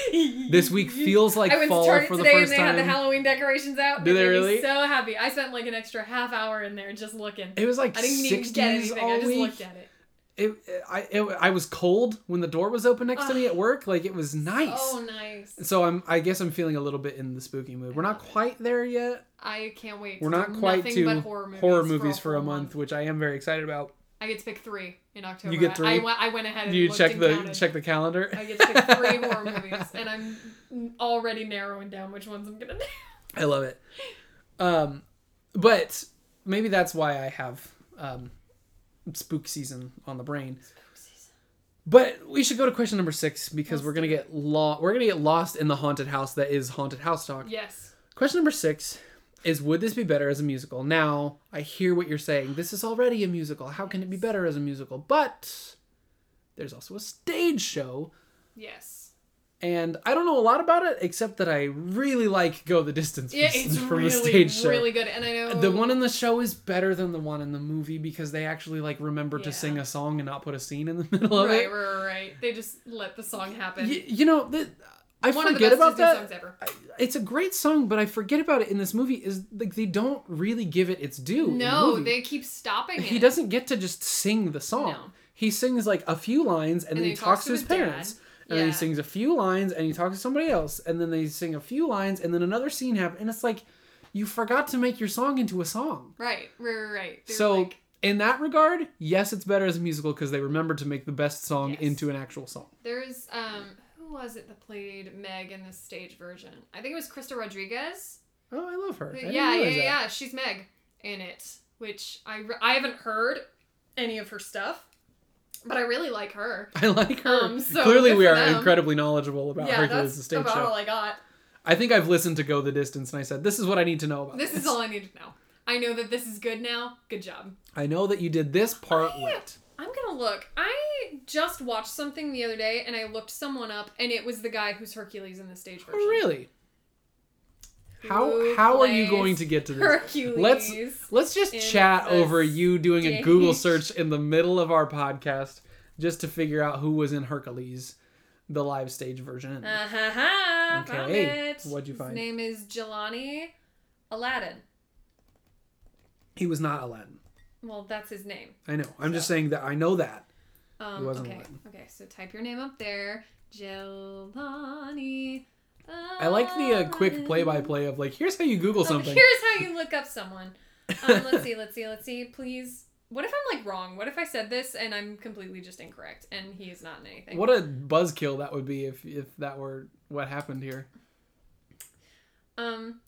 A: this week feels like
B: I went
A: fall
B: to Target
A: for the
B: today
A: first
B: and they
A: time.
B: had the Halloween decorations out.
A: Do
B: It
A: they
B: made me
A: really?
B: So happy. I spent like an extra half hour in there just looking.
A: it was like
B: I didn't even get
A: 60s
B: anything.
A: all
B: I just
A: week.
B: looked at it.
A: It, I, it, I was cold when the door was open next to me at work. Like it was nice.
B: Oh, nice.
A: So I'm I guess I'm feeling a little bit in the spooky mood. We're not quite there yet.
B: I can't wait.
A: We're
B: to
A: not
B: do
A: quite
B: nothing
A: to
B: but horror movies,
A: for a
B: whole
A: month, which I am very excited about.
B: I get to pick three in October.
A: You get
B: I-
A: three?
B: I, went, I went ahead and
A: you
B: looked
A: check
B: and
A: the
B: counted.
A: check the calendar.
B: I get to
A: *laughs*
B: pick three horror movies, and I'm already narrowing down which ones I'm
A: *laughs*
B: gonna. do.
A: I love it. Um, but maybe that's why I have um, spook season on the brain. But we should go to question number six because
B: Let's
A: we're gonna get lo- we're gonna get lost in the haunted house that is haunted house talk.
B: Yes.
A: Question number six is: Would this be better as a musical? Now I hear what you're saying. This is already a musical. How can it be better as a musical? But there's also a stage show
B: Yes.
A: and I don't know a lot about it except that I really like Go the Distance from,
B: Yeah, it's
A: *laughs* from
B: really,
A: the stage show.
B: really good, and I know
A: the one in the show is better than the one in the movie because they actually like remember
B: Yeah.
A: to sing a song and not put a scene in the *laughs* middle of
B: right,
A: it.
B: right, right, right. They just let the song happen.
A: Y- you know, th- I
B: one of the
A: forget
B: best
A: about
B: Disney
A: that.
B: songs ever.
A: It's a great song, but I forget about it in this movie. Is like they don't really give it its due. in the
B: No,
A: movie.
B: they keep stopping it.
A: He doesn't get to just sing the song.
B: No.
A: He sings like a few lines and, then he talks, to his,
B: dad.
A: parents. And then he
B: Yeah.
A: sings a few lines and he talks to somebody else. And then they sing a few lines and then another scene happens. And it's like, you forgot to make your song into a song.
B: Right, right, right, right. They're
A: so,
B: like,
A: in that regard, yes, it's better as a musical because they remembered to make the best song
B: Yes.
A: into an actual song.
B: there's um, who was it that played Meg in the stage version? I think it was Krista Rodriguez.
A: Oh, I love her. I didn't
B: yeah, yeah,
A: realize that.
B: yeah. She's Meg in it, which I re- I haven't heard any of her stuff, but I really like her.
A: *laughs* I like her.
B: Um, so
A: Clearly,
B: good
A: we
B: for
A: are
B: them.
A: incredibly knowledgeable about
B: yeah,
A: Hercules
B: that's
A: the stage
B: about
A: show.
B: all I got.
A: I think I've listened to Go the Distance and I said, this is what I need to know about
B: This is all I need to know. I know that this is good now. Good job.
A: I know that you did this part
B: *laughs* I-
A: right.
B: I'm gonna look. I just watched something the other day, and I looked someone up, and it was the guy who's Hercules in the stage version.
A: Oh, really? How
B: Who
A: how are you
B: plays
A: going to get to this?
B: Hercules.
A: Let's let's just
B: in
A: chat
B: the
A: over you doing a Google
B: stage.
A: search in the middle of our podcast just to figure out who was in Hercules, the live stage version.
B: Uh huh. huh. Found
A: Okay.
B: it.
A: What'd you find?
B: His name is Jelani Aladdin.
A: he was not Aladdin.
B: Well, that's his name.
A: I know. I'm just saying that I know that.
B: Um,
A: It wasn't
B: okay.
A: Aladdin.
B: Okay. So type your name up there, Jelani.
A: I like the uh, quick play-by-play of like, here's how you
B: Oh,
A: Google something.
B: here's how
A: *laughs*
B: you look up someone. Um, let's see. Let's see. Let's see. Please. What if I'm like wrong? What if I said this and I'm completely just incorrect and he is not in anything?
A: What a buzzkill that would be if if that were what happened
B: *laughs*
A: here.
B: Um,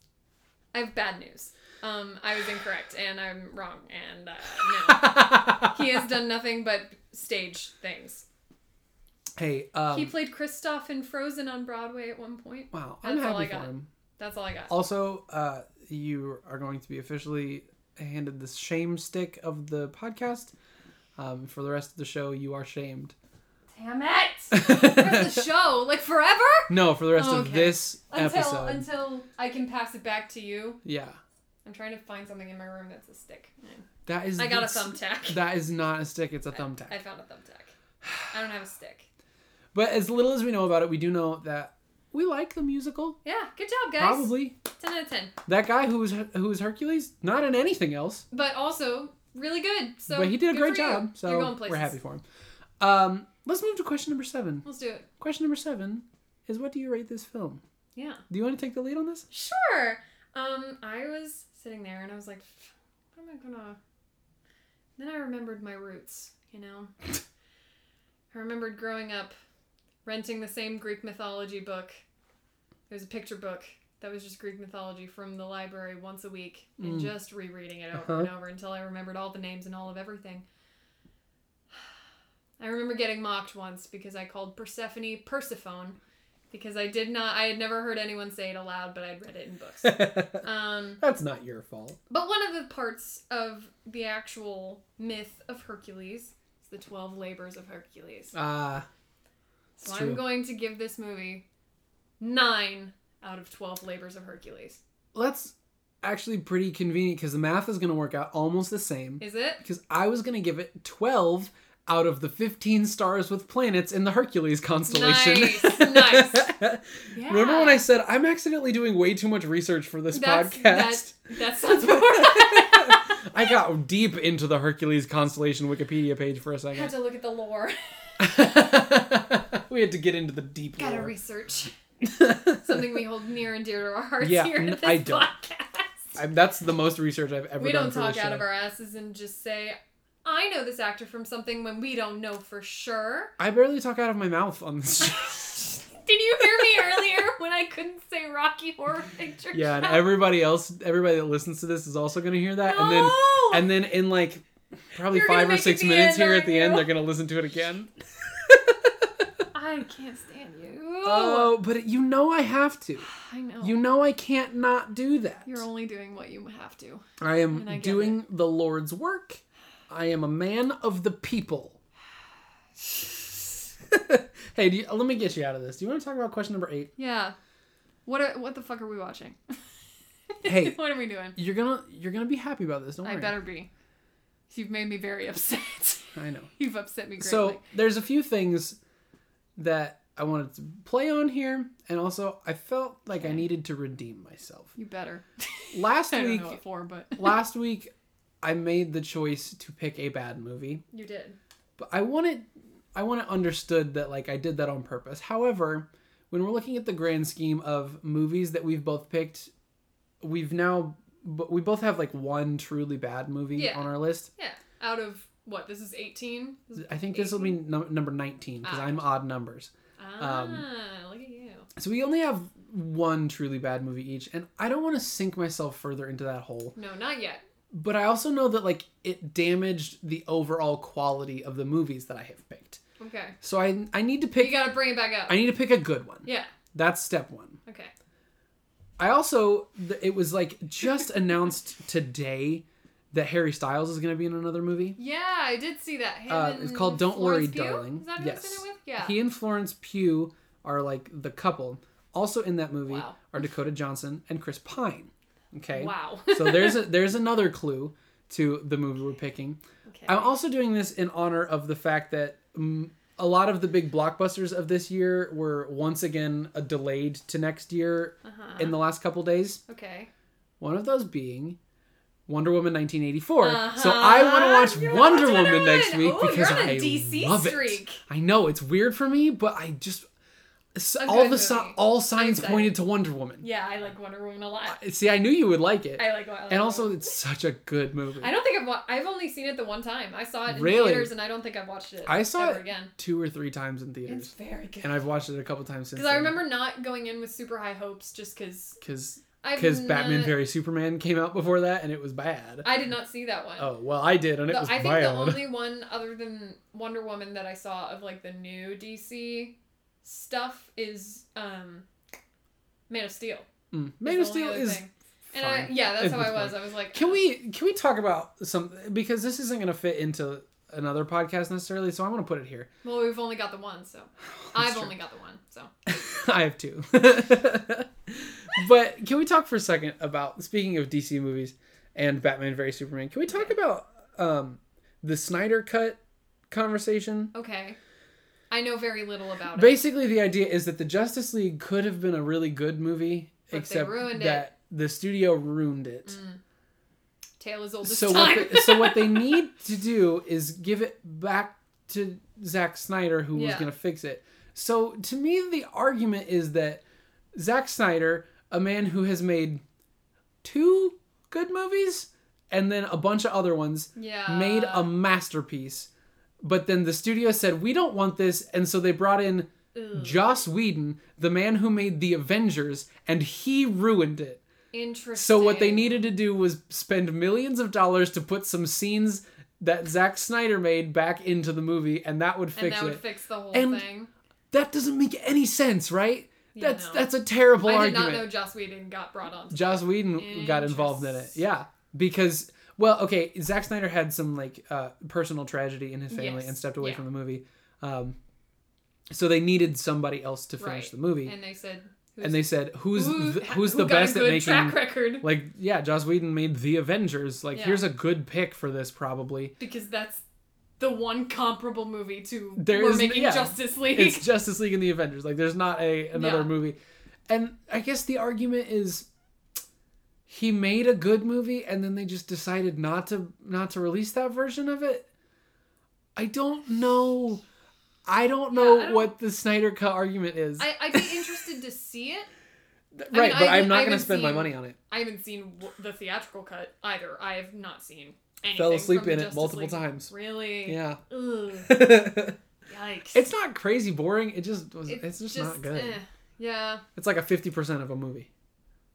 B: I have bad news. Um, I was incorrect and I'm wrong and uh, no. he has done nothing but stage things.
A: Hey, um,
B: he played Kristoff in Frozen on Broadway at one point.
A: wow, I'm
B: That's all
A: happy
B: I
A: for
B: got.
A: him.
B: That's all I got.
A: Also, uh, you are going to be officially handed the shame stick of the podcast. Um, for the rest of the show, you are shamed.
D: Damn
A: *laughs*
D: it!
B: That's the show, like forever.
A: no, for the rest
B: Oh,
A: of
B: okay.
A: this
B: Until
A: episode.
B: until I can pass it back to you.
A: yeah,
B: I'm trying to find something in my room that's a stick. Mm.
A: that is.
B: I got a
A: that's-
B: thumbtack.
A: That is not a stick; it's a thumbtack.
B: I found a thumbtack. I don't have a stick.
A: But as little as we know about it, we do know that we like the musical.
B: Yeah, good job, guys.
A: Probably
B: Ten out of ten.
A: that guy who was who was Hercules, not in anything else,
B: But also really good. So
A: but he did a
B: good
A: great
B: for you.
A: job.
B: You're
A: So
B: going places.
A: we're happy for him. Um, let's move to question number seven.
B: Let's do it.
A: Question number seven is what do you rate this film?
B: Yeah.
A: Do you want to take the lead on
B: *laughs*
A: this?
B: Sure. Um, I was sitting there and I was like, "What am I gonna?" Then I remembered my roots.
A: *laughs*
B: You know, I remembered growing up, renting the same Greek mythology book. It was a picture book that was just Greek mythology from the library once a week, and
A: Mm.
B: just rereading it over and
A: Uh-huh.
B: over until I remembered all the names and all of everything. *sighs* I remember getting mocked once because I called Persephone Persephone because I did not I had never heard anyone say it aloud, but I'd read it
A: *laughs*
B: in books. um,
A: That's not your fault.
B: but one of the parts of the actual myth of Hercules is the 12 labors of Hercules.
A: Ah,
B: so
A: it's
B: I'm
A: true.
B: going to give this movie 9 out of 12 labors of Hercules.
A: that's actually pretty convenient because the math is going to work out almost the same.
B: Is it?
A: Because I was going to give it twelve out of the fifteen stars with planets in the Hercules constellation.
B: Nice, nice. Yeah.
A: *laughs* Remember when I said I'm accidentally doing way too much research for this
B: That's- *laughs*
A: podcast?
B: That, that sounds more
A: *laughs* I got deep into the Hercules constellation Wikipedia page for a
B: I had
A: second.
B: to look at the lore. *laughs*
A: *laughs* we had to get into the deep.
B: Gotta
A: *laughs* lore.
B: research. Something we hold near and dear to our hearts
A: Yeah,
B: here
A: n-
B: at this
A: I don't.
B: podcast.
A: I, that's the most research I've ever
B: we
A: done.
B: don't
A: for
B: talk
A: this
B: out
A: show.
B: of our asses and just say i know this actor from something when we don't know for sure
A: I barely talk out of my mouth on this show.
B: *laughs* did you hear
A: *laughs*
B: me earlier when i couldn't say rocky horror picture
A: yeah, and
B: Show?
A: everybody else, everybody that listens to this is also going to hear that, and then
B: No!
A: and then in like probably
B: You're gonna
A: five or
B: make it
A: six
B: the
A: minutes
B: end,
A: here at
B: aren't
A: the end,
B: you?
A: they're going to listen to it again.
B: i can't stand you
A: Oh, but you know I have to.
B: i know
A: You know I can't not do that.
B: you're only doing what you have to
A: I am
B: And I get
A: doing the Lord's work. I am a man of the people. *laughs* hey, do you, let me get you out of this. Do you want to talk about question number eight?
B: yeah what are, what the fuck are we watching *laughs*
A: Hey,
B: what are we doing
A: you're gonna you're gonna be happy about this. Don't
B: i
A: worry.
B: better be you've made me very *laughs* upset
A: I know.
B: you've upset me greatly
A: So there's a few things that I wanted to play on here, and also I felt like I needed to redeem myself.
B: you better *laughs*
A: Last
B: i don't
A: week,
B: know what for but
A: last week, I made the choice to pick a bad movie.
B: you did
A: but I want it I want it understood that like I did that on purpose. However, when we're looking at the grand scheme of movies that we've both picked, we've now but we both have like one truly bad movie
B: Yeah.
A: on our list.
B: Yeah. Out of what? This is 18?
A: I think this will be num- number 19 because
B: Ah.
A: I'm odd numbers.
B: Ah, look at you.
A: So we only have one truly bad movie each and I don't want to sink myself further into that hole.
B: No, not yet.
A: But I also know that like it damaged the overall quality of the movies that I have picked.
B: Okay.
A: So I I need to
B: You
A: pick
B: gotta bring it back up.
A: I need to pick a good one.
B: yeah.
A: That's step one.
B: Okay.
A: I also, th- it was like
B: *laughs*
A: just announced today that Harry Styles is going to be in another movie.
B: Yeah, I did see that. Him
A: Uh, it's
B: and
A: called Don't Worry,
B: Florence Pugh?
A: Darling.
B: Is that who
A: yes.
B: he's in it with? Yeah.
A: He and Florence Pugh are like the couple. Also in that movie
B: Wow.
A: are Dakota Johnson and Chris Pine. Okay.
B: Wow.
A: so there's a, there's another clue to the movie we're picking.
B: *laughs* okay.
A: I'm also doing this in honor of the fact that mm, a lot of the big blockbusters of this year were once again uh, delayed to next year
B: Uh-huh.
A: in the last couple days.
B: okay.
A: One of those being Wonder Woman 1984. So
B: Uh-huh.
A: I want to watch
B: You're
A: Wonder,
B: watching
A: Woman, next week
B: Ooh,
A: because
B: you're on a
A: I
B: DC
A: love
B: streak.
A: it. I know it's weird for me, but I just s-
B: A
A: all
B: good
A: the si-
B: movie.
A: all signs
B: excited.
A: pointed to Wonder Woman.
B: Yeah, I like Wonder Woman a lot.
A: See, I knew you would like it,
B: I like. I
A: and
B: like Wonder
A: also
B: Woman.
A: it's such a good movie.
B: I don't think I've. Wa- I've only seen it the one time. I saw it in
A: Really?
B: theaters, and I don't think I've watched it.
A: I saw
B: ever
A: it
B: again.
A: two or three times in
B: It's
A: theaters,
B: very good.
A: and I've watched it a couple times since.
B: Because I remember not going in with super high hopes, just because
A: because
B: I've
A: because Batman
B: not-
A: Very Superman came out before that and it was bad.
B: I did not see that one.
A: oh well, I did and it
B: The-
A: was
B: I think the
A: bad.
B: only one other than Wonder Woman that I saw of like the new DC stuff is um, Man of Steel.
A: *laughs* Mm.
B: That's
A: Man of
B: the
A: Steel
B: only other
A: is.
B: thing. And I,
A: fine.
B: yeah, that's
A: It
B: how
A: was
B: I was.
A: fine.
B: I was like,
A: Can we can we talk about some because this isn't going to fit into another podcast necessarily, so I'm going to put it here.
B: Well, we've only got the one, so
A: *laughs*
B: I've
A: true.
B: only got the one. So
A: I have two. *laughs* but can we talk for a second about speaking of DC movies and Batman very Superman? Can we talk about um, the Snyder cut conversation?
B: okay, I know very little about it.
A: Basically, the idea is that the Justice League could have been a really good movie,
B: they
A: except
B: ruined it.
A: that the studio ruined it.
B: Tale as old as
A: so
B: time.
A: what they, so what they need to do is give it back to Zack Snyder who was
B: Yeah.
A: going to fix it. So to me the argument is that Zack Snyder, a man who has made two good movies and then a bunch of other ones,
B: *laughs* yeah,
A: made a masterpiece. But then the studio said, "We don't want this," and so they brought in
B: Ugh.
A: Joss Whedon, the man who made the Avengers, and he ruined it.
B: interesting.
A: So what they needed to do was spend millions of dollars to put some scenes that Zack Snyder made back into the movie, and that would
B: and
A: fix
B: that would
A: it.
B: fix the whole
A: And
B: thing.
A: that doesn't make any sense, right?
B: Yeah,
A: that's
B: no.
A: that's a terrible
B: I did
A: argument.
B: not know Joss Whedon got brought on.
A: Joss Whedon got involved in it.
B: Interest-
A: Yeah, because well, okay, Zack Snyder had some like uh, personal tragedy in his family
B: Yes,
A: and stepped away
B: yeah.
A: from the movie, um, so they needed somebody else to finish
B: Right,
A: the movie, and,
B: And they said,
A: they said, "Who's
B: who-
A: th- who's
B: who
A: the
B: got
A: best
B: a
A: at
B: good
A: making
B: track record?"
A: like yeah joss whedon made the avengers like
B: Yeah.
A: here's a good pick for this probably
B: *laughs* Because that's the one comparable movie to
A: There
B: we're
A: is-
B: making
A: yeah.
B: Justice League. *laughs*
A: it's justice league and the avengers like there's not a another
B: Yeah.
A: movie and i guess the argument is he made a good movie and then they just decided not to not to release that version of it i don't know i don't know
B: I don't-
A: what the snyder cut argument is
B: I, I'd be interested to see it. mean,
A: right but
B: I-
A: i'm not going
B: I
A: to
B: haven't
A: spend my
B: seen-
A: money on it
B: I haven't seen w- the theatrical cut either. I have not seen. Anything
A: Fell asleep
B: from the
A: in it
B: Justice
A: multiple
B: League.
A: times.
B: Really? *laughs*
A: yeah
B: Ugh,
A: it's
B: yikes.
A: not crazy boring it just was it's, just, not good
B: eh. Yeah.
A: it's like a 50% of a movie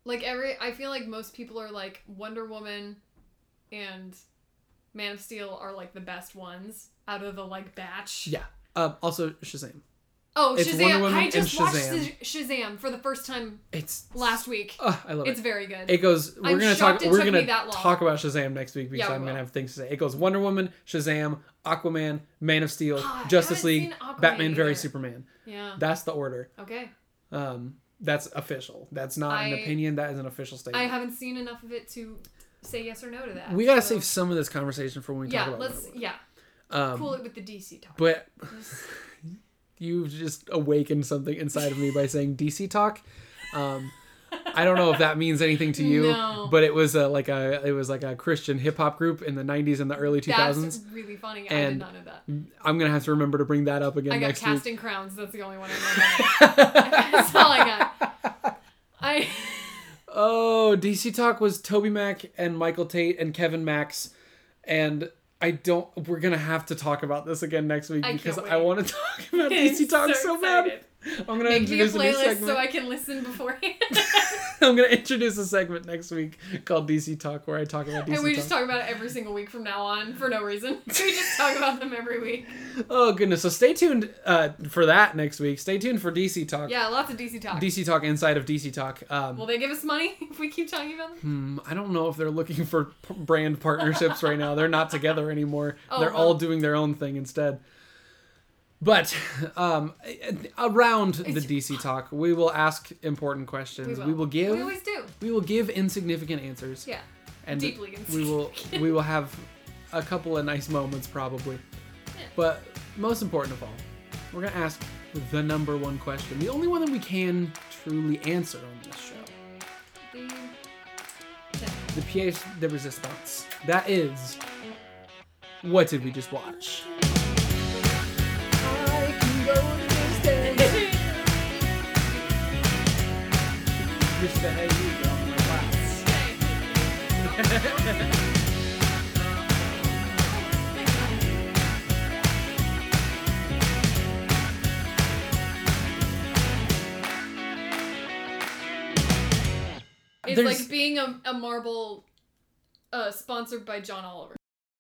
B: Like every I feel like most people are like Wonder Woman and Man of Steel are like the best ones out of the like batch.
A: Yeah. Um, also, Shazam.
B: Oh,
A: It's
B: Shazam.
A: Wonder Woman
B: I
A: and
B: just watched
A: Shazam.
B: Sh- Shazam for the first time
A: It's
B: last week.
A: Oh, I love
B: It's
A: it.
B: very good.
A: It goes. We're
B: I'm
A: gonna
B: shocked
A: talk.
B: it
A: We're
B: took me
A: gonna
B: that long.
A: talk about Shazam next week because
B: Yeah, we
A: I'm
B: will.
A: gonna have things to say. It goes Wonder Woman, Shazam, Aquaman, Man of Steel,
B: Ah, I
A: Justice
B: haven't
A: League,
B: seen Aquaman
A: Batman, very
B: either.
A: Superman.
B: yeah.
A: That's the order.
B: Okay.
A: Um, that's official. That's not
B: I-
A: an opinion. That is an official
B: I
A: statement.
B: haven't seen enough of it to say yes or no to that.
A: we gotta
B: so-
A: save some of this conversation for when we
B: Yeah,
A: talk about.
B: let's
A: Wonder
B: yeah.
A: Woman. Um,
B: Cool it with the DC talk.
A: But
B: Yes.
A: you've just awakened something inside of me by saying DC talk. Um, I don't know if that means anything to you,
B: No.
A: but it was a, like a it was like a Christian hip hop group in the '90s and the early 2000s.
B: That's really funny. I
A: And
B: did not know that.
A: I'm gonna have to remember to bring that up again
B: I got
A: next
B: casting crowns. That's the only one I know.
A: *laughs*
B: about. That's all I got. I
A: week. Oh, DC talk was Toby Mac and Michael Tate and Kevin Max, and I don't. We're gonna have to talk about this again next week
B: I can't
A: because
B: wait.
A: I want to talk
B: *laughs*
A: about DC talk so, bad.
B: excited.
A: I'm gonna
B: Make me a
A: introduce a new
B: playlist
A: segment.
B: so I can listen beforehand. *laughs*
A: *laughs* I'm gonna introduce a segment next week called DC Talk where I talk about DC
B: and we
A: Talk.
B: just talk about it every single week from now on for no reason. *laughs* We just talk about them every week.
A: oh goodness! So stay tuned uh, for that next week. Stay tuned for DC Talk.
B: Yeah, lots of DC talk.
A: DC Talk inside of DC Talk. Um,
B: Will they give us money *laughs* if we keep talking about
A: hmm,
B: them?
A: I don't know if they're looking for p- brand partnerships right now. They're not
B: *laughs*
A: together anymore.
B: Oh,
A: they're
B: well.
A: all doing their own thing instead. But um, around the
B: It's-
A: DC Talk, we will ask important questions.
B: We will.
A: give
B: We always do.
A: we will give insignificant answers.
B: Yeah.
A: and
B: Deeply
A: we will we will have *laughs* a couple of nice moments probably but most important of all we're gonna ask the number one question the only one that we can truly answer on this show
B: The-
A: the pièce de resistance that is what did we just watch I can go a distance.
B: *laughs*
A: Just the hey, you down my last.
B: It's
E: There's-
B: like being a, a marble uh, sponsored by John Oliver.